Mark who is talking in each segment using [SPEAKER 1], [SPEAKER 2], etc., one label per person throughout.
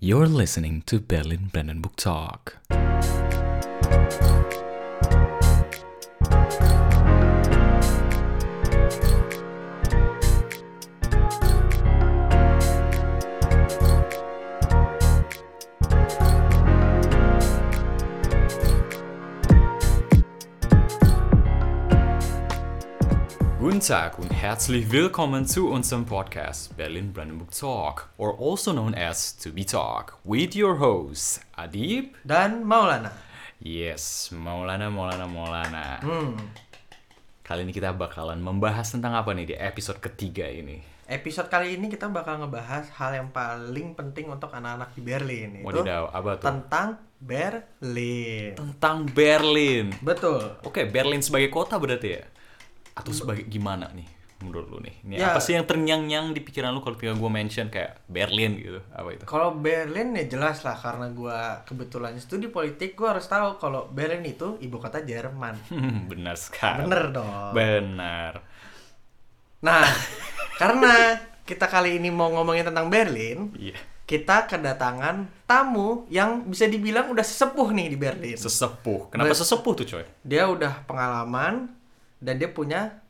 [SPEAKER 1] You're listening to Berlin Brandenburg Talk. Guten Tag und herzlich willkommen zu unserem Podcast Berlin Brandenburg Talk, or also known as To Be Talk, with your hosts Adib,
[SPEAKER 2] dan Maulana.
[SPEAKER 1] yes, Maulana, Maulana, Maulana. Kali ini kita bakalan membahas tentang apa nih di episode ketiga ini?
[SPEAKER 2] Episode kali ini kita bakal ngebahas hal yang paling penting untuk anak-anak di Berlin itu
[SPEAKER 1] Wadidaw, apa tuh?
[SPEAKER 2] tentang Berlin.
[SPEAKER 1] Tentang Berlin.
[SPEAKER 2] Betul.
[SPEAKER 1] Oke, Berlin sebagai kota berarti ya? Atau sebagai gimana nih menurut lu nih? Ini
[SPEAKER 2] Ya.
[SPEAKER 1] apa sih yang ternyang-nyang di pikiran lu kalau ketika gue mention kayak Berlin gitu? Apa itu?
[SPEAKER 2] Kalau Berlin ya jelas lah karena gua kebetulan studi politik gua harus tahu kalau Berlin itu ibu kota Jerman.
[SPEAKER 1] Hmm, Benar sekali.
[SPEAKER 2] Bener dong.
[SPEAKER 1] Benar.
[SPEAKER 2] Nah, karena kita kali ini mau ngomongin tentang Berlin,
[SPEAKER 1] Iya.
[SPEAKER 2] kita kedatangan tamu yang bisa dibilang udah sesepuh nih di Berlin.
[SPEAKER 1] Sesepuh. Kenapa
[SPEAKER 2] Bener.
[SPEAKER 1] sesepuh tuh, coy?
[SPEAKER 2] dia udah pengalaman dan dia punya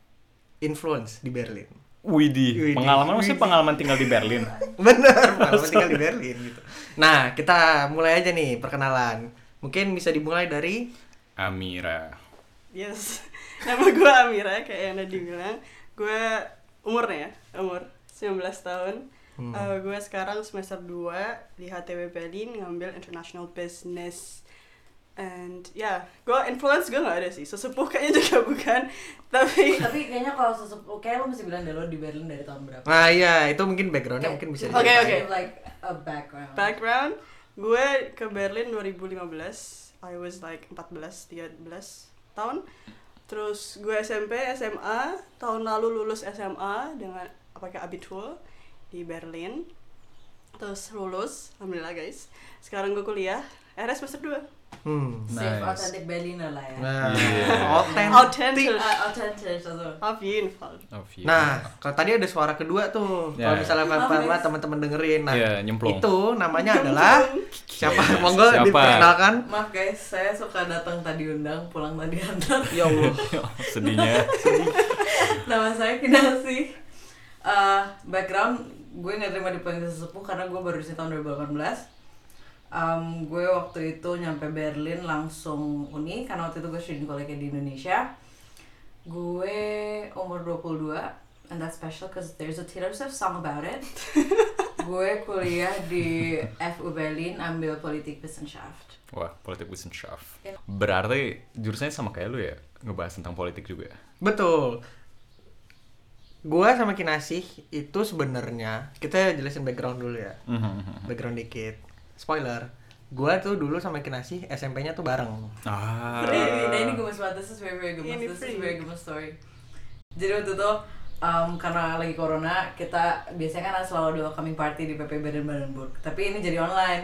[SPEAKER 2] influence di Berlin.
[SPEAKER 1] Widih,
[SPEAKER 2] Widih.
[SPEAKER 1] pengalaman maksudnya pengalaman tinggal di Berlin.
[SPEAKER 2] Bener, pengalaman tinggal di Berlin gitu. Nah, kita mulai aja nih perkenalan. Mungkin bisa dimulai dari
[SPEAKER 1] Amira.
[SPEAKER 3] Yes. Nama gue Amira kayak yang udah dibilang. Gue umurnya ya, umur 19 tahun. Eh, gue sekarang semester 2 di HTW Berlin ngambil International Business. And ya, gue influence gue gak ada sih. Sesepuh kayaknya juga bukan. Tapi
[SPEAKER 4] tapi kayaknya kalau sesepuh kayak lo mesti bilang deh lo di Berlin dari tahun berapa
[SPEAKER 2] Nah, iya, itu mungkin backgroundnya mungkin bisa
[SPEAKER 3] Oke,
[SPEAKER 2] diceritain.
[SPEAKER 3] oke.
[SPEAKER 4] like a background
[SPEAKER 3] background, gue ke Berlin 2015. I was like 14, 13 tahun. Terus gue SMP, SMA, tahun lalu lulus SMA dengan pakai abitur di Berlin. Terus lulus, alhamdulillah guys. Sekarang gue kuliah, RS semester 2.
[SPEAKER 2] Hmm.
[SPEAKER 4] safe
[SPEAKER 1] Nice.
[SPEAKER 4] authentic Berliner lah ya
[SPEAKER 2] Nah,
[SPEAKER 1] Iya.
[SPEAKER 4] Ti-
[SPEAKER 3] Authentic.
[SPEAKER 4] uh, authentic also
[SPEAKER 3] Auf jeden Fall.
[SPEAKER 1] Of you.
[SPEAKER 2] Nah, kalau tadi ada suara kedua tuh.
[SPEAKER 1] Ya,
[SPEAKER 2] Kalau
[SPEAKER 1] ya.
[SPEAKER 2] misalnya
[SPEAKER 4] Maaf,
[SPEAKER 2] pertama
[SPEAKER 4] guys.
[SPEAKER 2] teman-teman dengerin. Nah,
[SPEAKER 1] Iya, nyemplung.
[SPEAKER 2] itu namanya adalah siapa? Monggo
[SPEAKER 1] Siapa?
[SPEAKER 2] diperkenalkan.
[SPEAKER 4] maaf guys saya suka datang tadi undang pulang tadi antar
[SPEAKER 2] Ya Allah.
[SPEAKER 1] Sedihnya.
[SPEAKER 4] nama saya Kinasi Eh, background gue nggak terima dipanggil sesepuh karena gue baru di sini tahun 2018 Em, gue waktu itu nyampe Berlin langsung uni karena waktu itu gue student college di Indonesia gue umur 22 and that's special because there's a Taylor Swift song about it gue kuliah di FU Berlin ambil politik Wissenschaft
[SPEAKER 1] Wah, politik Wissenschaft. Berarti jurusannya sama kayak lu ya? Ngebahas tentang politik juga.
[SPEAKER 2] Betul. Gua sama Kinasih itu sebenarnya kita jelasin background dulu ya.
[SPEAKER 1] Mm-hmm.
[SPEAKER 2] Background dikit. Spoiler. Gua tuh dulu sama Kinasih SMP-nya tuh bareng.
[SPEAKER 1] Ah.
[SPEAKER 4] Ini- ini- nah ini gemes banget, this is very very gemes,
[SPEAKER 3] Ini
[SPEAKER 4] this is
[SPEAKER 3] free.
[SPEAKER 4] very gemes story Jadi waktu itu, um, karena lagi corona, kita biasanya kan ada selalu ada coming party di PP Badan Barenburg Tapi ini jadi online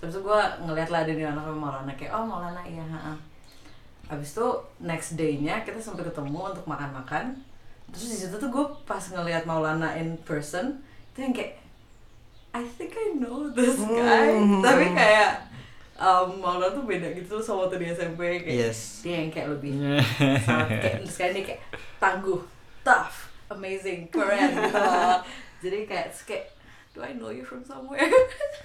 [SPEAKER 4] Terus itu gue ngeliat lah ada di anak sama Maulana, kayak oh Maulana iya ha, ha." Abis itu next day-nya kita sampai ketemu untuk makan-makan Terus di situ tuh gue pas ngeliat Maulana in person, itu yang kayak I think I know this guy
[SPEAKER 2] Hmm.
[SPEAKER 4] Tapi kayak um, Maulana tuh beda gitu sama waktu di SMP kayak
[SPEAKER 2] Yes.
[SPEAKER 4] dia yang kayak lebih sangat kayak sekarang dia kayak tangguh tough amazing keren gitu loh. jadi kayak terus kayak do I know you from somewhere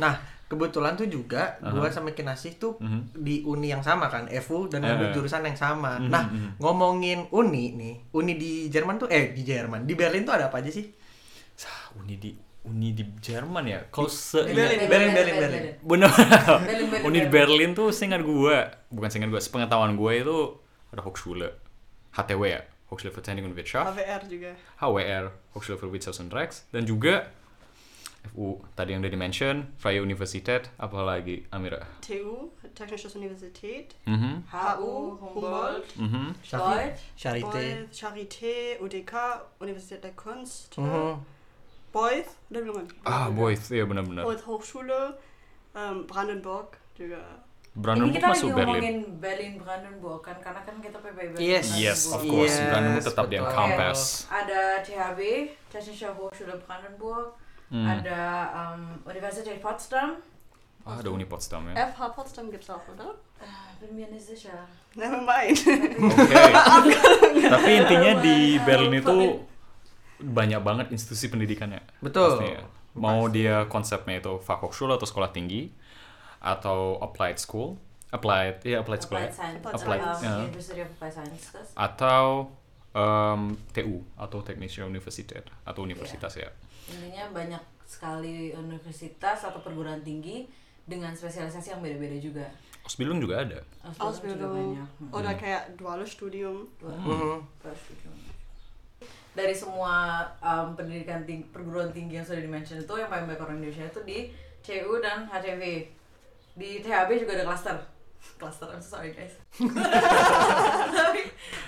[SPEAKER 2] Nah, kebetulan tuh juga gua sama Kinasih tuh
[SPEAKER 1] Mm-hmm.
[SPEAKER 2] di uni yang sama kan, FU dan ngambil
[SPEAKER 1] Eh.
[SPEAKER 2] jurusan yang sama.
[SPEAKER 1] Mhm,
[SPEAKER 2] Nah,
[SPEAKER 1] mhm.
[SPEAKER 2] ngomongin uni nih. Uni di Jerman tuh eh di Jerman, di Berlin tuh ada apa aja sih?
[SPEAKER 1] Sah, uni di uni di Jerman ya? Kau se
[SPEAKER 2] Berlin, Berlin, Berlin, Berlin.
[SPEAKER 1] Bener.
[SPEAKER 4] Berlin, Berlin,
[SPEAKER 1] Uni di
[SPEAKER 4] Berlin.
[SPEAKER 1] Oh, Berlin tuh seingat gua, bukan seingat gua, sepengetahuan gua itu ada Hochschule, HTW ya, Hochschule für Technik und Wirtschaft,
[SPEAKER 3] AVR juga.
[SPEAKER 1] HWR, Hochschule für Wirtschaft und Rechts, dan juga FU tadi yang udah di mention, Freie Universität, apalagi Amira.
[SPEAKER 3] TU, Technische Universität.
[SPEAKER 1] Mhm,
[SPEAKER 3] HU, Humboldt.
[SPEAKER 1] mhm.
[SPEAKER 4] Deutsch
[SPEAKER 2] Charité.
[SPEAKER 3] Beuth, Charité, UDK, Universität der Kunst.
[SPEAKER 2] Mhm.
[SPEAKER 3] Beuth, udah belum kan?
[SPEAKER 1] Ah, boys, iya benar-benar.
[SPEAKER 4] Oh,
[SPEAKER 3] Beuth Hochschule, em, Brandenburg äh, juga.
[SPEAKER 4] ini
[SPEAKER 1] Brandenburg
[SPEAKER 4] kita lagi
[SPEAKER 1] masuk Berlin.
[SPEAKER 4] ngomongin Berlin Brandenburg kan karena kan kita PPB
[SPEAKER 2] Yes.
[SPEAKER 1] Yes, of
[SPEAKER 2] Yes,
[SPEAKER 1] course, Brandenburg tetap di
[SPEAKER 2] betul.
[SPEAKER 1] encompass.
[SPEAKER 4] ada THB Technische Hochschule Brandenburg
[SPEAKER 1] Hmm.
[SPEAKER 4] ada um, Universität Potsdam
[SPEAKER 1] Ah, ada Uni Potsdam ya.
[SPEAKER 3] F har Potsdam gibt es auch, oder?
[SPEAKER 2] Ah,
[SPEAKER 4] Bin mir nicht sicher.
[SPEAKER 3] Never mind.
[SPEAKER 1] Oke. Tapi intinya di Berlin itu banyak banget institusi pendidikannya.
[SPEAKER 2] Betul.
[SPEAKER 1] Pastinya. Mau dia konsepnya itu Fachhochschule atau sekolah tinggi atau applied school, applied ya applied school. ya.
[SPEAKER 4] Applied Science.
[SPEAKER 1] Applied,
[SPEAKER 4] Um,
[SPEAKER 1] ya.
[SPEAKER 4] University of Applied Sciences.
[SPEAKER 1] atau em, TU atau Technische Universität atau universitas
[SPEAKER 2] Iya.
[SPEAKER 1] ya.
[SPEAKER 4] Intinya banyak sekali universitas atau perguruan tinggi dengan spesialisasi yang beda-beda juga.
[SPEAKER 1] Osbilung juga ada.
[SPEAKER 4] juga
[SPEAKER 3] Ausbildung.
[SPEAKER 4] banyak. Hmm.
[SPEAKER 3] Oder kayak duales Studium.
[SPEAKER 2] Mhm.
[SPEAKER 4] Dari semua um, pendidikan ting- perguruan tinggi yang sudah dimention itu yang paling banyak orang Indonesia itu di CU dan HTV. Di THB juga ada cluster. Cluster, I'm so sorry guys. Sorry.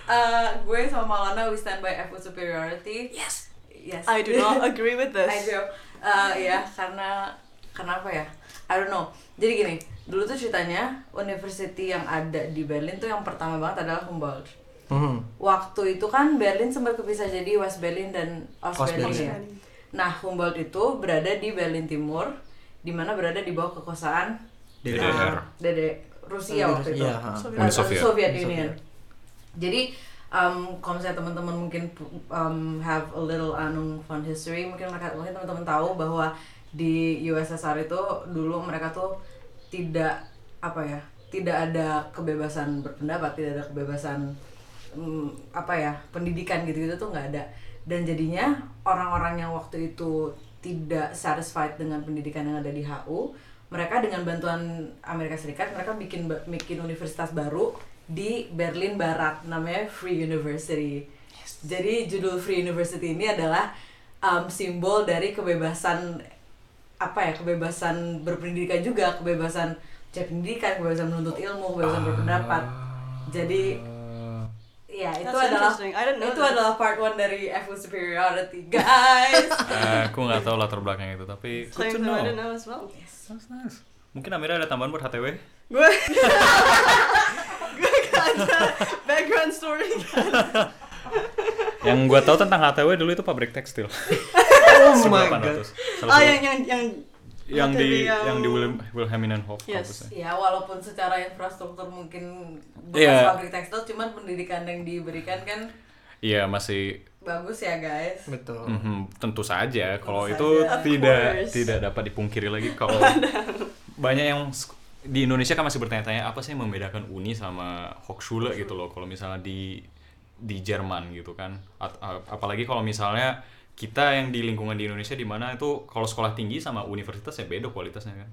[SPEAKER 4] Uh, gue sama Maulana we stand by effort superiority. Yes. Yes.
[SPEAKER 3] I do not agree with
[SPEAKER 4] I
[SPEAKER 3] this.
[SPEAKER 4] do. Uh, ya karena kenapa ya? I don't know. Jadi gini, dulu tuh ceritanya university yang ada di Berlin tuh yang pertama banget adalah Humboldt.
[SPEAKER 2] Mhm.
[SPEAKER 4] Waktu itu kan Berlin sempat kepisah jadi West Berlin dan Ostberlin.
[SPEAKER 2] Ostberlin.
[SPEAKER 4] ya. Nah, Humboldt itu berada di Berlin Timur, di mana berada di bawah kekuasaan Iya.
[SPEAKER 1] DDR.
[SPEAKER 4] dari Rusia Ya, waktu itu.
[SPEAKER 2] Iya, ha.
[SPEAKER 3] Soviet.
[SPEAKER 1] Uni Soviet.
[SPEAKER 4] Soviet
[SPEAKER 2] Uni
[SPEAKER 4] Union.
[SPEAKER 2] Soviet.
[SPEAKER 4] Jadi um, kalau misalnya teman-teman mungkin um, have a little anu fun history, mungkin mereka mungkin teman-teman tahu bahwa di USSR itu dulu mereka tuh tidak apa ya, tidak ada kebebasan berpendapat, tidak ada kebebasan mm, apa ya, pendidikan gitu-gitu tuh nggak ada. Dan jadinya orang-orang yang waktu itu tidak satisfied dengan pendidikan yang ada di HU, mereka dengan bantuan Amerika Serikat mereka bikin ba- bikin universitas baru di Berlin Barat namanya Free University. Jadi judul Free University ini adalah um, simbol dari kebebasan apa ya kebebasan berpendidikan juga kebebasan cek pendidikan kebebasan menuntut ilmu
[SPEAKER 3] Ah.
[SPEAKER 4] kebebasan berpendapat. Jadi ya itu
[SPEAKER 3] That's
[SPEAKER 4] adalah
[SPEAKER 3] interesting. I didn't know
[SPEAKER 4] itu
[SPEAKER 3] that.
[SPEAKER 4] adalah part one dari Effort Superiority guys.
[SPEAKER 1] Eh, aku nggak tahu latar belakang itu tapi good to
[SPEAKER 3] Same though, uh, I didn't
[SPEAKER 1] know.
[SPEAKER 3] know as well.
[SPEAKER 1] That's nice. Mungkin Amira ada tambahan buat HTW?
[SPEAKER 3] Gue gue gak ada background story.
[SPEAKER 1] Yang gua tahu tentang HTW dulu itu pabrik tekstil.
[SPEAKER 2] Oh my god.
[SPEAKER 1] 1800. Salah
[SPEAKER 3] Ah
[SPEAKER 1] satu-
[SPEAKER 3] yang yang yang
[SPEAKER 1] yang di
[SPEAKER 3] HTW yang-
[SPEAKER 1] yang di Wilhelm- Wilhelminenhof
[SPEAKER 3] Yes.
[SPEAKER 1] kampusnya.
[SPEAKER 4] Ya, walaupun secara infrastruktur mungkin bekas
[SPEAKER 1] Iya.
[SPEAKER 4] pabrik tekstil, cuman pendidikan yang diberikan kan
[SPEAKER 1] Iya masih
[SPEAKER 4] bagus ya guys.
[SPEAKER 2] Betul.
[SPEAKER 1] mhm, tentu saja kalau
[SPEAKER 4] saja.
[SPEAKER 1] itu
[SPEAKER 3] Of
[SPEAKER 1] tidak
[SPEAKER 3] course.
[SPEAKER 1] tidak dapat dipungkiri lagi kalau banyak yang sk- di Indonesia kan masih bertanya-tanya apa sih yang membedakan Uni sama Hochschule gitu loh kalau misalnya di di Jerman gitu kan At- a- apalagi kalau misalnya kita yang di lingkungan di Indonesia di mana itu kalau sekolah tinggi sama universitas ya beda kualitasnya kan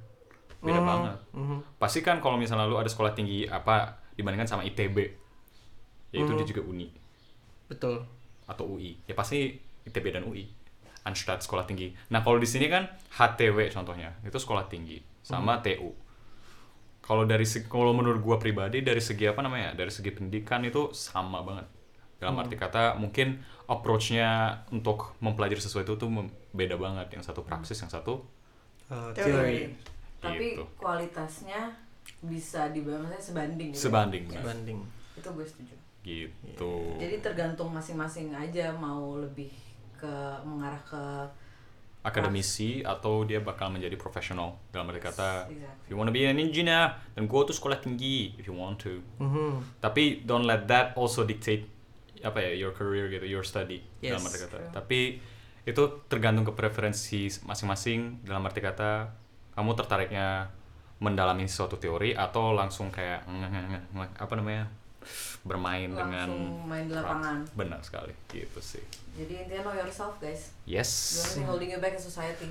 [SPEAKER 1] beda
[SPEAKER 2] Mhm,
[SPEAKER 1] banget
[SPEAKER 2] mhm.
[SPEAKER 1] pasti kan kalau misalnya lu ada sekolah tinggi apa dibandingkan sama ITB yaitu dia
[SPEAKER 2] Mhm.
[SPEAKER 1] juga Uni
[SPEAKER 2] Betul.
[SPEAKER 1] atau UI ya pasti ITB dan UI Anstad sekolah tinggi nah kalau di sini kan HTW contohnya itu sekolah tinggi sama
[SPEAKER 4] Hmm.
[SPEAKER 1] TU kalau dari se- kalau menurut gua pribadi dari segi apa namanya dari segi pendidikan itu sama banget dalam
[SPEAKER 4] Hmm.
[SPEAKER 1] arti kata mungkin approach-nya untuk mempelajari sesuatu tuh mem- beda banget yang satu praksis yang satu
[SPEAKER 2] Uh,
[SPEAKER 3] Teori.
[SPEAKER 2] teori.
[SPEAKER 4] Tapi
[SPEAKER 1] Gitu.
[SPEAKER 4] kualitasnya bisa dibilang saya sebanding. gitu.
[SPEAKER 1] sebanding benar
[SPEAKER 2] Banding.
[SPEAKER 4] Itu gue setuju.
[SPEAKER 1] gitu
[SPEAKER 4] Iya. Jadi tergantung masing-masing aja mau lebih ke mengarah ke
[SPEAKER 1] akademisi atau dia bakal menjadi profesional dalam arti kata if
[SPEAKER 4] Exactly.
[SPEAKER 1] you wanna be an engineer then go to sekolah tinggi E, if you want to
[SPEAKER 2] Mhm.
[SPEAKER 1] tapi don't let that also dictate apa ya your career gitu your study
[SPEAKER 2] Yes,
[SPEAKER 1] dalam arti kata
[SPEAKER 4] true.
[SPEAKER 1] tapi itu tergantung ke preferensi masing-masing dalam arti kata kamu tertariknya mendalami suatu teori atau langsung kayak nge- nge- nge- nge- apa namanya bermain dengan
[SPEAKER 4] langsung main di lapangan.
[SPEAKER 1] benar sekali gitu sih
[SPEAKER 4] Jadi intinya know yourself guys. The
[SPEAKER 1] yes
[SPEAKER 4] only thing holding you back is society.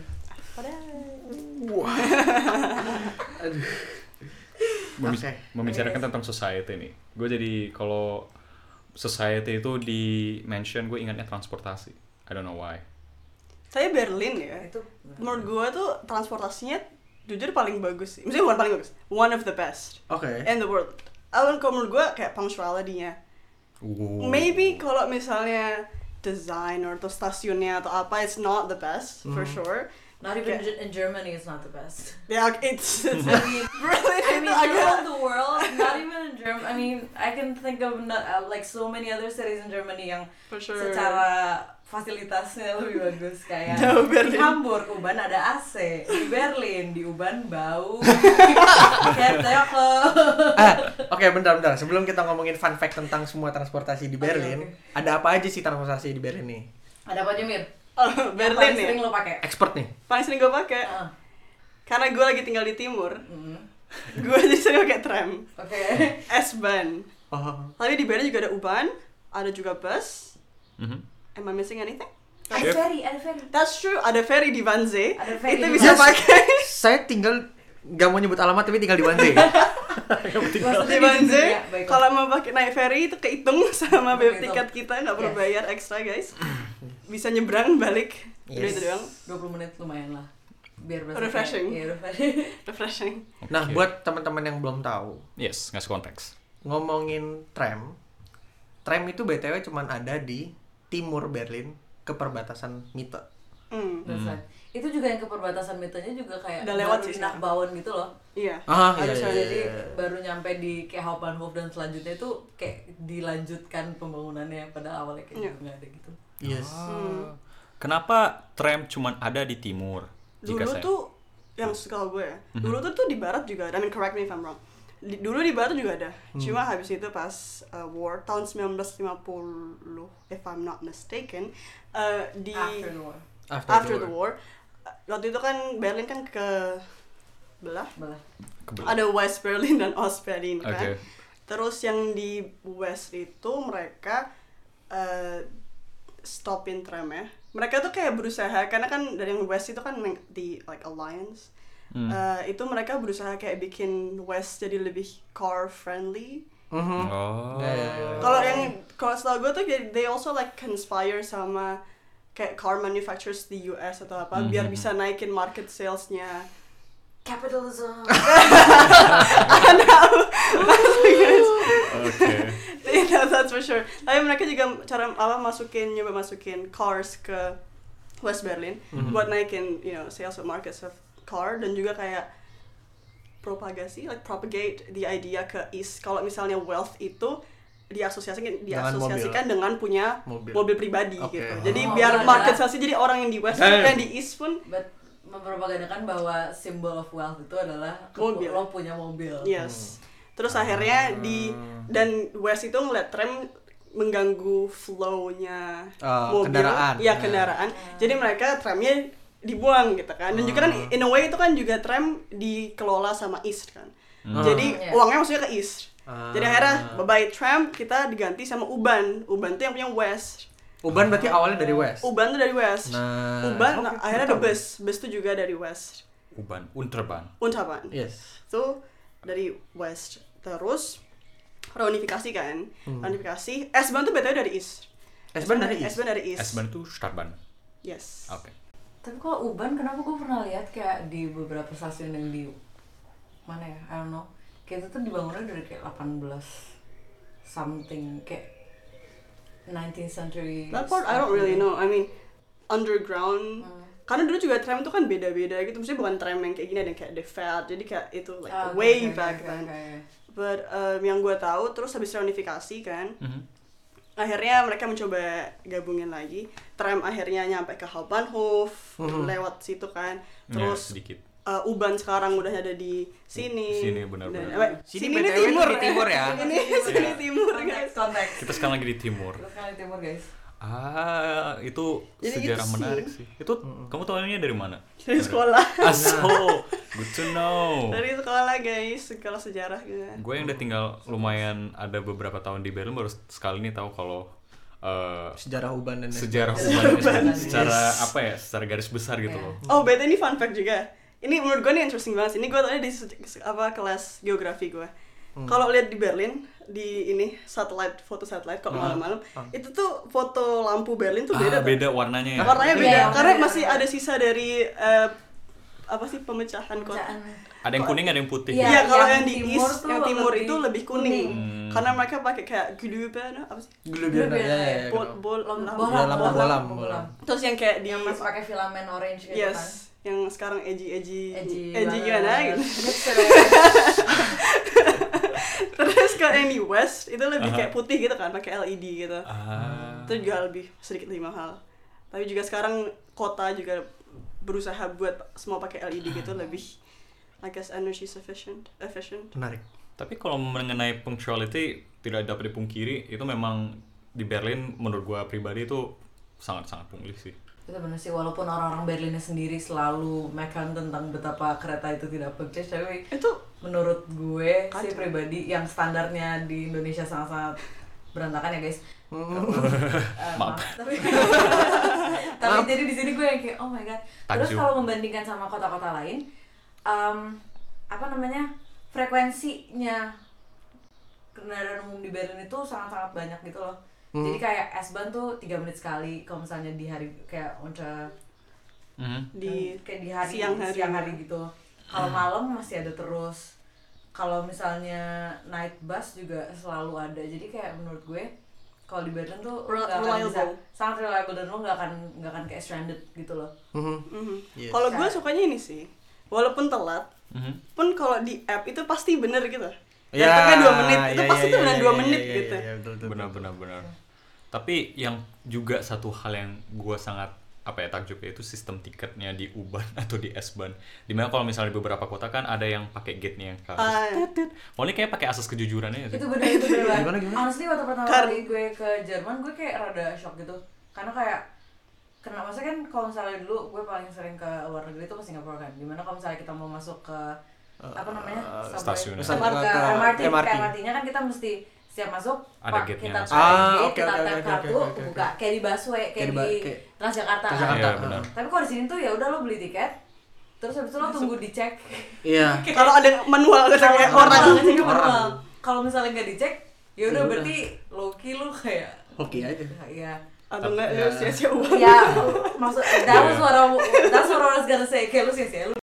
[SPEAKER 1] Memi-
[SPEAKER 2] Oke.
[SPEAKER 1] membicarakan tentang society nih gue jadi kalau society itu di mention gue ingatnya transportasi I don't know why
[SPEAKER 3] Tapi Berlin ya.
[SPEAKER 4] Itu
[SPEAKER 3] Menurut gue tuh transportasinya jujur paling bagus sih. Maksudnya bukan paling bagus, one of the best
[SPEAKER 2] Oke.
[SPEAKER 3] in the world. Awal kalau menurut gue kayak punctuality-nya.
[SPEAKER 1] Hmm.
[SPEAKER 3] Maybe kalau misalnya desain atau stasiunnya atau apa, it's not the best for sure.
[SPEAKER 4] Not even
[SPEAKER 3] Okay.
[SPEAKER 4] in Germany, it's not the best.
[SPEAKER 3] Yeah, okay, it's, it's
[SPEAKER 4] I mean,
[SPEAKER 3] really
[SPEAKER 4] I mean,
[SPEAKER 3] agak
[SPEAKER 4] around the world, not even in Germany. I mean, I can think of no- uh, like so many other cities in Germany yang
[SPEAKER 3] for sure.
[SPEAKER 4] secara fasilitasnya lebih bagus kayak
[SPEAKER 3] Jauh
[SPEAKER 4] di
[SPEAKER 3] Berlin.
[SPEAKER 4] Hamburg Uban ada AC di Berlin di Uban bau kayak teko
[SPEAKER 2] Ah, oke bentar bentar. Sebelum kita ngomongin fun fact tentang semua transportasi di Berlin,
[SPEAKER 4] Oke,
[SPEAKER 2] ada apa aja sih transportasi di Berlin nih?
[SPEAKER 4] ada apa aja Mir?
[SPEAKER 3] Oh,
[SPEAKER 4] Yang
[SPEAKER 3] Berlin
[SPEAKER 4] paling
[SPEAKER 3] ya.
[SPEAKER 4] sering lo pakai
[SPEAKER 2] Expert nih.
[SPEAKER 3] Paling sering gue pakai
[SPEAKER 4] Ah,
[SPEAKER 3] karena gue lagi tinggal di timur.
[SPEAKER 4] mm,
[SPEAKER 3] Gue jadi sering pakai tram,
[SPEAKER 4] oke
[SPEAKER 3] S-Bahn.
[SPEAKER 2] Oh,
[SPEAKER 3] Tapi di Berlin juga ada U-Bahn, ada juga bus.
[SPEAKER 1] Mhm.
[SPEAKER 3] Am I missing anything?
[SPEAKER 4] ada
[SPEAKER 1] Yep.
[SPEAKER 4] ferry ada ferry
[SPEAKER 3] That's true. Ada ferry di Wannsee.
[SPEAKER 4] Ada ferry
[SPEAKER 3] Itu
[SPEAKER 4] di
[SPEAKER 3] bisa
[SPEAKER 2] Wannsee.
[SPEAKER 3] pakai.
[SPEAKER 2] saya tinggal nggak mau nyebut alamat tapi tinggal di Wanze.
[SPEAKER 3] di
[SPEAKER 4] Maksudnya di
[SPEAKER 3] Wannsee.
[SPEAKER 4] Jogja, baik.
[SPEAKER 3] Kalau mau pakai naik ferry itu kehitung sama
[SPEAKER 4] Kehitung.
[SPEAKER 3] bayar tiket kita nggak perlu
[SPEAKER 4] Yes.
[SPEAKER 3] bayar ekstra guys. Bisa nyebrang balik. Udah
[SPEAKER 2] Yes.
[SPEAKER 3] itu doang.
[SPEAKER 4] 20 menit lumayan lah biar berasa
[SPEAKER 3] Refreshing.
[SPEAKER 4] kayak- iya, refreshing
[SPEAKER 3] Refreshing.
[SPEAKER 2] Nah,
[SPEAKER 1] Oke.
[SPEAKER 2] buat teman-teman yang belum tahu,
[SPEAKER 1] yes ngasih konteks
[SPEAKER 2] ngomongin tram, tram itu btw cuman ada di timur Berlin ke perbatasan Mitte.
[SPEAKER 3] Hmm.
[SPEAKER 4] That's right. itu juga yang ke perbatasan mitanya juga kayak
[SPEAKER 3] Udah lewat
[SPEAKER 4] baru
[SPEAKER 3] sih
[SPEAKER 4] di Nahbawan gitu loh
[SPEAKER 3] Iya.
[SPEAKER 2] Ah,
[SPEAKER 3] iya, iya,
[SPEAKER 4] jadi baru nyampe di kayak Hauptbahnhof dan selanjutnya itu kayak dilanjutkan pembangunannya padahal awalnya kayak
[SPEAKER 3] Iya.
[SPEAKER 4] juga nggak ada gitu
[SPEAKER 2] Yes.
[SPEAKER 1] Ah,
[SPEAKER 3] Hmm.
[SPEAKER 1] kenapa tram cuman ada di timur
[SPEAKER 3] Dulu tuh yang kalau gue ya, dulu tuh tuh di barat juga ada. I mean correct me if I'm wrong. Di- dulu di barat juga ada. Cuma habis itu pas uh, war tahun 1950 if I'm not mistaken uh, di
[SPEAKER 4] after the war
[SPEAKER 2] After,
[SPEAKER 3] Ah. after
[SPEAKER 2] the
[SPEAKER 3] the
[SPEAKER 2] war.
[SPEAKER 3] war uh, waktu itu kan Berlin kan ke belah
[SPEAKER 4] belah
[SPEAKER 1] Kebelet.
[SPEAKER 3] ada West Berlin dan Ost Berlin
[SPEAKER 1] oke
[SPEAKER 3] kan. Terus yang di West itu mereka eh, stopin tram ya. Mereka tuh kayak berusaha karena kan dari yang West itu kan yang di like alliance.
[SPEAKER 1] Hmm.
[SPEAKER 3] Eh, itu mereka berusaha kayak bikin West jadi lebih car friendly.
[SPEAKER 2] Mhm.
[SPEAKER 1] oh
[SPEAKER 2] Ya, ya, ya.
[SPEAKER 3] Kalau yang kalau setahu gue tuh kayak they also like conspire sama kayak car manufacturers di US atau apa biar
[SPEAKER 1] Mhm.
[SPEAKER 3] bisa naikin market salesnya.
[SPEAKER 4] capitalism
[SPEAKER 1] oke
[SPEAKER 3] Yeah, Iya, that's for sure. Tapi mereka juga cara apa masukin nyoba masukin cars ke West Berlin buat naikin you know sales and markets of car dan juga kayak propagasi like propagate the idea ke East. Kalau misalnya wealth itu diasosiasikan diasosiasikan dengan punya
[SPEAKER 2] Mobil.
[SPEAKER 3] mobil pribadi
[SPEAKER 2] Oke.
[SPEAKER 3] gitu. Jadi
[SPEAKER 4] Oh,
[SPEAKER 3] biar
[SPEAKER 4] iya.
[SPEAKER 3] market salesnya jadi orang yang di West
[SPEAKER 2] Eh.
[SPEAKER 3] dan di East pun
[SPEAKER 4] but mempropagandakan bahwa simbol of wealth itu adalah
[SPEAKER 3] Mobil. Iya.
[SPEAKER 4] lo punya mobil
[SPEAKER 3] Yes. Terus akhirnya di dan West itu ngeliat tram mengganggu flow-nya
[SPEAKER 2] Ah,
[SPEAKER 3] mobil,
[SPEAKER 2] kendaraan.
[SPEAKER 3] ya
[SPEAKER 2] Nah.
[SPEAKER 3] kendaraan. Jadi mereka tramnya dibuang gitu kan. Dan juga kan
[SPEAKER 2] Hmm.
[SPEAKER 3] in a way itu kan juga tram dikelola sama East kan.
[SPEAKER 2] Hmm.
[SPEAKER 3] Jadi
[SPEAKER 4] Iya.
[SPEAKER 3] uangnya maksudnya ke East.
[SPEAKER 2] Mm. Ah.
[SPEAKER 3] Jadi akhirnya bye bye tram kita diganti sama Uban. Uban tuh yang punya West.
[SPEAKER 2] Uban berarti awalnya dari West.
[SPEAKER 3] Uban tuh dari West.
[SPEAKER 2] Nah. Oke,
[SPEAKER 3] Uban nah, akhirnya ada
[SPEAKER 2] betul.
[SPEAKER 3] bus. Bus tuh juga dari West.
[SPEAKER 1] uban unterban
[SPEAKER 3] Unterbahn
[SPEAKER 2] Yes.
[SPEAKER 3] itu dari West terus reunifikasi kan reunifikasi S-Bahn tuh btw dari East
[SPEAKER 2] Esban Hmm. dari East. Oh.
[SPEAKER 3] S-Bahn dari East
[SPEAKER 1] S-Bahn tuh Starban
[SPEAKER 3] yes
[SPEAKER 1] oke
[SPEAKER 4] tapi kalau Uban kenapa gue pernah lihat kayak di beberapa stasiun yang di mana ya I don't know kayak itu tuh dibangunnya dari kayak 18 something kayak 19th century
[SPEAKER 3] that part I don't really know I mean underground
[SPEAKER 4] Hmm.
[SPEAKER 3] karena dulu juga tram itu kan beda-beda gitu maksudnya bukan tram yang kayak gini ada yang kayak the fat jadi kayak itu like
[SPEAKER 4] Ah, oke,
[SPEAKER 3] way
[SPEAKER 4] oke, oke,
[SPEAKER 3] back
[SPEAKER 4] oke,
[SPEAKER 3] then
[SPEAKER 4] oke.
[SPEAKER 3] but um, yang gue tahu terus habis reunifikasi kan
[SPEAKER 1] Mhm.
[SPEAKER 3] akhirnya mereka mencoba gabungin lagi tram akhirnya nyampe ke Hauptbahnhof
[SPEAKER 1] Mm-hmm.
[SPEAKER 2] Mhm.
[SPEAKER 3] lewat situ kan
[SPEAKER 1] Ya,
[SPEAKER 3] terus
[SPEAKER 1] sedikit
[SPEAKER 3] Uh, Uban sekarang udah ada di sini.
[SPEAKER 1] Sini, benar-benar.
[SPEAKER 3] Dan- eh,
[SPEAKER 2] Sini
[SPEAKER 3] sini ini
[SPEAKER 2] BTW
[SPEAKER 3] timur.
[SPEAKER 2] di timur ya.
[SPEAKER 3] ini sini
[SPEAKER 1] Iya.
[SPEAKER 3] timur
[SPEAKER 4] konteks
[SPEAKER 3] guys.
[SPEAKER 4] konteks
[SPEAKER 1] kita sekarang lagi di timur
[SPEAKER 4] terus kali timur guys
[SPEAKER 1] ah itu
[SPEAKER 3] Jadi
[SPEAKER 1] sejarah
[SPEAKER 3] itu sih.
[SPEAKER 1] menarik sih itu kamu tahu ini dari mana
[SPEAKER 3] Dari sekolah.
[SPEAKER 1] aso Nah. good to know
[SPEAKER 3] Dari sekolah guys, sekolah sejarah gitu.
[SPEAKER 1] gue yang udah tinggal lumayan ada beberapa tahun di Berlin baru sekali ini tahu kalau eh,
[SPEAKER 2] Sejarah Uban dan
[SPEAKER 1] sejarah
[SPEAKER 4] Sejarah
[SPEAKER 1] hubungan
[SPEAKER 4] hubungan.
[SPEAKER 1] secara
[SPEAKER 2] Yes.
[SPEAKER 1] apa ya secara garis besar gitu
[SPEAKER 4] Iya.
[SPEAKER 1] loh
[SPEAKER 3] Oh, btw ini fun fact juga. Ini menurut gue nih interesting banget. sih. Ini gue tadi di se- se- apa kelas geografi gue.
[SPEAKER 1] Hmm.
[SPEAKER 3] Kalau lihat di Berlin di ini satelit foto satelit kalau malam-malam itu tuh foto lampu Berlin tuh
[SPEAKER 1] Ah,
[SPEAKER 3] beda. tuh.
[SPEAKER 1] beda warnanya ya
[SPEAKER 3] Warnanya beda
[SPEAKER 4] Iya,
[SPEAKER 3] karena
[SPEAKER 4] warnanya
[SPEAKER 3] masih
[SPEAKER 4] beda.
[SPEAKER 3] ada sisa dari eh, apa sih pemecahan kota.
[SPEAKER 4] Bacaan.
[SPEAKER 1] ada yang kuning ada yang putih
[SPEAKER 4] Iya.
[SPEAKER 3] Iya, kalau yang,
[SPEAKER 4] yang
[SPEAKER 3] di
[SPEAKER 4] timur
[SPEAKER 3] East,
[SPEAKER 4] tuh
[SPEAKER 3] yang timur
[SPEAKER 4] lebih
[SPEAKER 3] itu lebih kuning.
[SPEAKER 4] kuning.
[SPEAKER 1] Hmm.
[SPEAKER 3] Karena mereka pakai kayak glühbirne apa sih?
[SPEAKER 2] Gula biar
[SPEAKER 4] Gula
[SPEAKER 2] ya, ya, ya,
[SPEAKER 4] biar.
[SPEAKER 1] Iya,
[SPEAKER 3] Bol,
[SPEAKER 1] gitu.
[SPEAKER 2] kenapa?
[SPEAKER 3] bol, lampu.
[SPEAKER 4] Bola,
[SPEAKER 2] bola,
[SPEAKER 4] bola,
[SPEAKER 2] lampu bolam,
[SPEAKER 4] bola.
[SPEAKER 2] bolam.
[SPEAKER 3] Terus yang kayak di
[SPEAKER 4] yang masih pakai filamen orange gitu kan
[SPEAKER 3] Yes. yang sekarang edgy edgy
[SPEAKER 4] Edgy
[SPEAKER 3] edgy
[SPEAKER 4] banget.
[SPEAKER 3] gimana gitu.
[SPEAKER 4] Betul.
[SPEAKER 3] terus kalau yang di west itu lebih kayak putih gitu kan pakai LED gitu
[SPEAKER 1] Ah.
[SPEAKER 3] itu juga lebih sedikit lebih mahal tapi juga sekarang kota juga berusaha buat semua pakai LED gitu lebih I guess energy sufficient efficient
[SPEAKER 2] menarik
[SPEAKER 1] Tapi kalau mengenai punctuality tidak dapat dipungkiri itu memang di Berlin menurut gua pribadi itu sangat-sangat pungli sih.
[SPEAKER 4] kan. Itu benar sih, walaupun orang-orang Berlinnya sendiri selalu mekan tentang betapa kereta itu tidak puncak, tapi
[SPEAKER 3] itu
[SPEAKER 4] menurut gue sih
[SPEAKER 3] Kacau.
[SPEAKER 4] pribadi yang standarnya di Indonesia sangat-sangat berantakan ya guys. Eh,
[SPEAKER 1] Maaf.
[SPEAKER 4] Tapi, tapi jadi di sini gue yang kayak oh my god.
[SPEAKER 1] Takjub.
[SPEAKER 4] Terus kalau membandingkan sama kota-kota lain, em, apa namanya frekuensinya kendaraan umum di Berlin itu sangat-sangat banyak gitu loh. Jadi kayak S-Bahn tuh tiga menit sekali kalau misalnya di hari kayak untuk
[SPEAKER 3] Mm-hmm. di
[SPEAKER 4] Hmm. kayak di hari
[SPEAKER 3] siang hari.
[SPEAKER 4] gitu kalau malam masih ada terus kalau misalnya night bus juga selalu ada jadi kayak menurut gue kalau di Berlin tuh lo
[SPEAKER 3] Rel-
[SPEAKER 4] nggak akan bisa
[SPEAKER 3] reliable.
[SPEAKER 4] sangat reliable dan lo nggak akan nggak akan kayak stranded gitu loh
[SPEAKER 2] Mhm.
[SPEAKER 3] mhm.
[SPEAKER 2] Yes.
[SPEAKER 3] kalau gue sukanya ini sih walaupun telat
[SPEAKER 1] Mhm.
[SPEAKER 3] pun kalau di app itu pasti bener gitu
[SPEAKER 2] Ya,
[SPEAKER 3] datangnya dua menit itu
[SPEAKER 2] ya,
[SPEAKER 3] pasti
[SPEAKER 2] ya,
[SPEAKER 3] itu
[SPEAKER 2] ya,
[SPEAKER 3] benar
[SPEAKER 2] ya,
[SPEAKER 3] dua
[SPEAKER 2] ya,
[SPEAKER 3] menit
[SPEAKER 2] ya, ya,
[SPEAKER 3] gitu
[SPEAKER 2] ya, betul, betul,
[SPEAKER 1] benar
[SPEAKER 2] betul.
[SPEAKER 1] benar benar tapi yang juga satu hal yang gua sangat apa ya takjub ya, itu sistem tiketnya di Uban atau di S-Bahn dimana kalau misalnya di beberapa kota kan ada yang pakai gate-nya yang ke atas
[SPEAKER 3] Ah, ya.
[SPEAKER 1] Tit, tit. Mau ini kayak pakai asas kejujurannya ya sih
[SPEAKER 4] itu bener itu bener banget.
[SPEAKER 2] Iya Gimana, gimana?
[SPEAKER 4] honestly waktu pertama
[SPEAKER 3] Kar-
[SPEAKER 4] kali gue ke Jerman gue kayak rada shock gitu karena kayak karena maksudnya kan kalau misalnya dulu gue paling sering ke luar negeri itu ke Singapura kan dimana kalau misalnya kita mau masuk ke
[SPEAKER 2] Eh,
[SPEAKER 4] apa namanya subway,
[SPEAKER 1] stasiun.
[SPEAKER 4] MRT,
[SPEAKER 1] Stasiun,
[SPEAKER 2] ke-
[SPEAKER 4] MRT, ke
[SPEAKER 2] MRT.
[SPEAKER 4] MRT-nya kan kita mesti siap masuk
[SPEAKER 1] Ada
[SPEAKER 4] pak,
[SPEAKER 1] gate-nya
[SPEAKER 4] kita
[SPEAKER 1] langsung.
[SPEAKER 2] Ah,
[SPEAKER 4] pakai gate,
[SPEAKER 2] oke,
[SPEAKER 4] kita
[SPEAKER 2] oke,
[SPEAKER 4] tap
[SPEAKER 2] oke,
[SPEAKER 4] kartu
[SPEAKER 2] oke, oke, oke.
[SPEAKER 4] buka kayak di busway kayak
[SPEAKER 2] Kayak di
[SPEAKER 4] di,
[SPEAKER 2] ba- kayak-
[SPEAKER 4] Transjakarta kan.
[SPEAKER 2] Transjakarta,
[SPEAKER 1] Iya, benar.
[SPEAKER 2] heeh.
[SPEAKER 4] tapi kalau di sini tuh ya udah lo beli tiket terus habis itu lo tunggu dicek
[SPEAKER 2] iya
[SPEAKER 3] kalau ada manual gitu kayak
[SPEAKER 4] Kalau
[SPEAKER 3] orang
[SPEAKER 4] misalnya kayak
[SPEAKER 2] Orang.
[SPEAKER 4] manual. kalau misalnya nggak dicek ya udah berarti Loki lu kayak
[SPEAKER 2] Hoki aja.
[SPEAKER 4] ya
[SPEAKER 3] atau enggak ya sia-sia uang
[SPEAKER 4] ya maksud that was what I, that's what I was gonna say kayak lu sih sih lu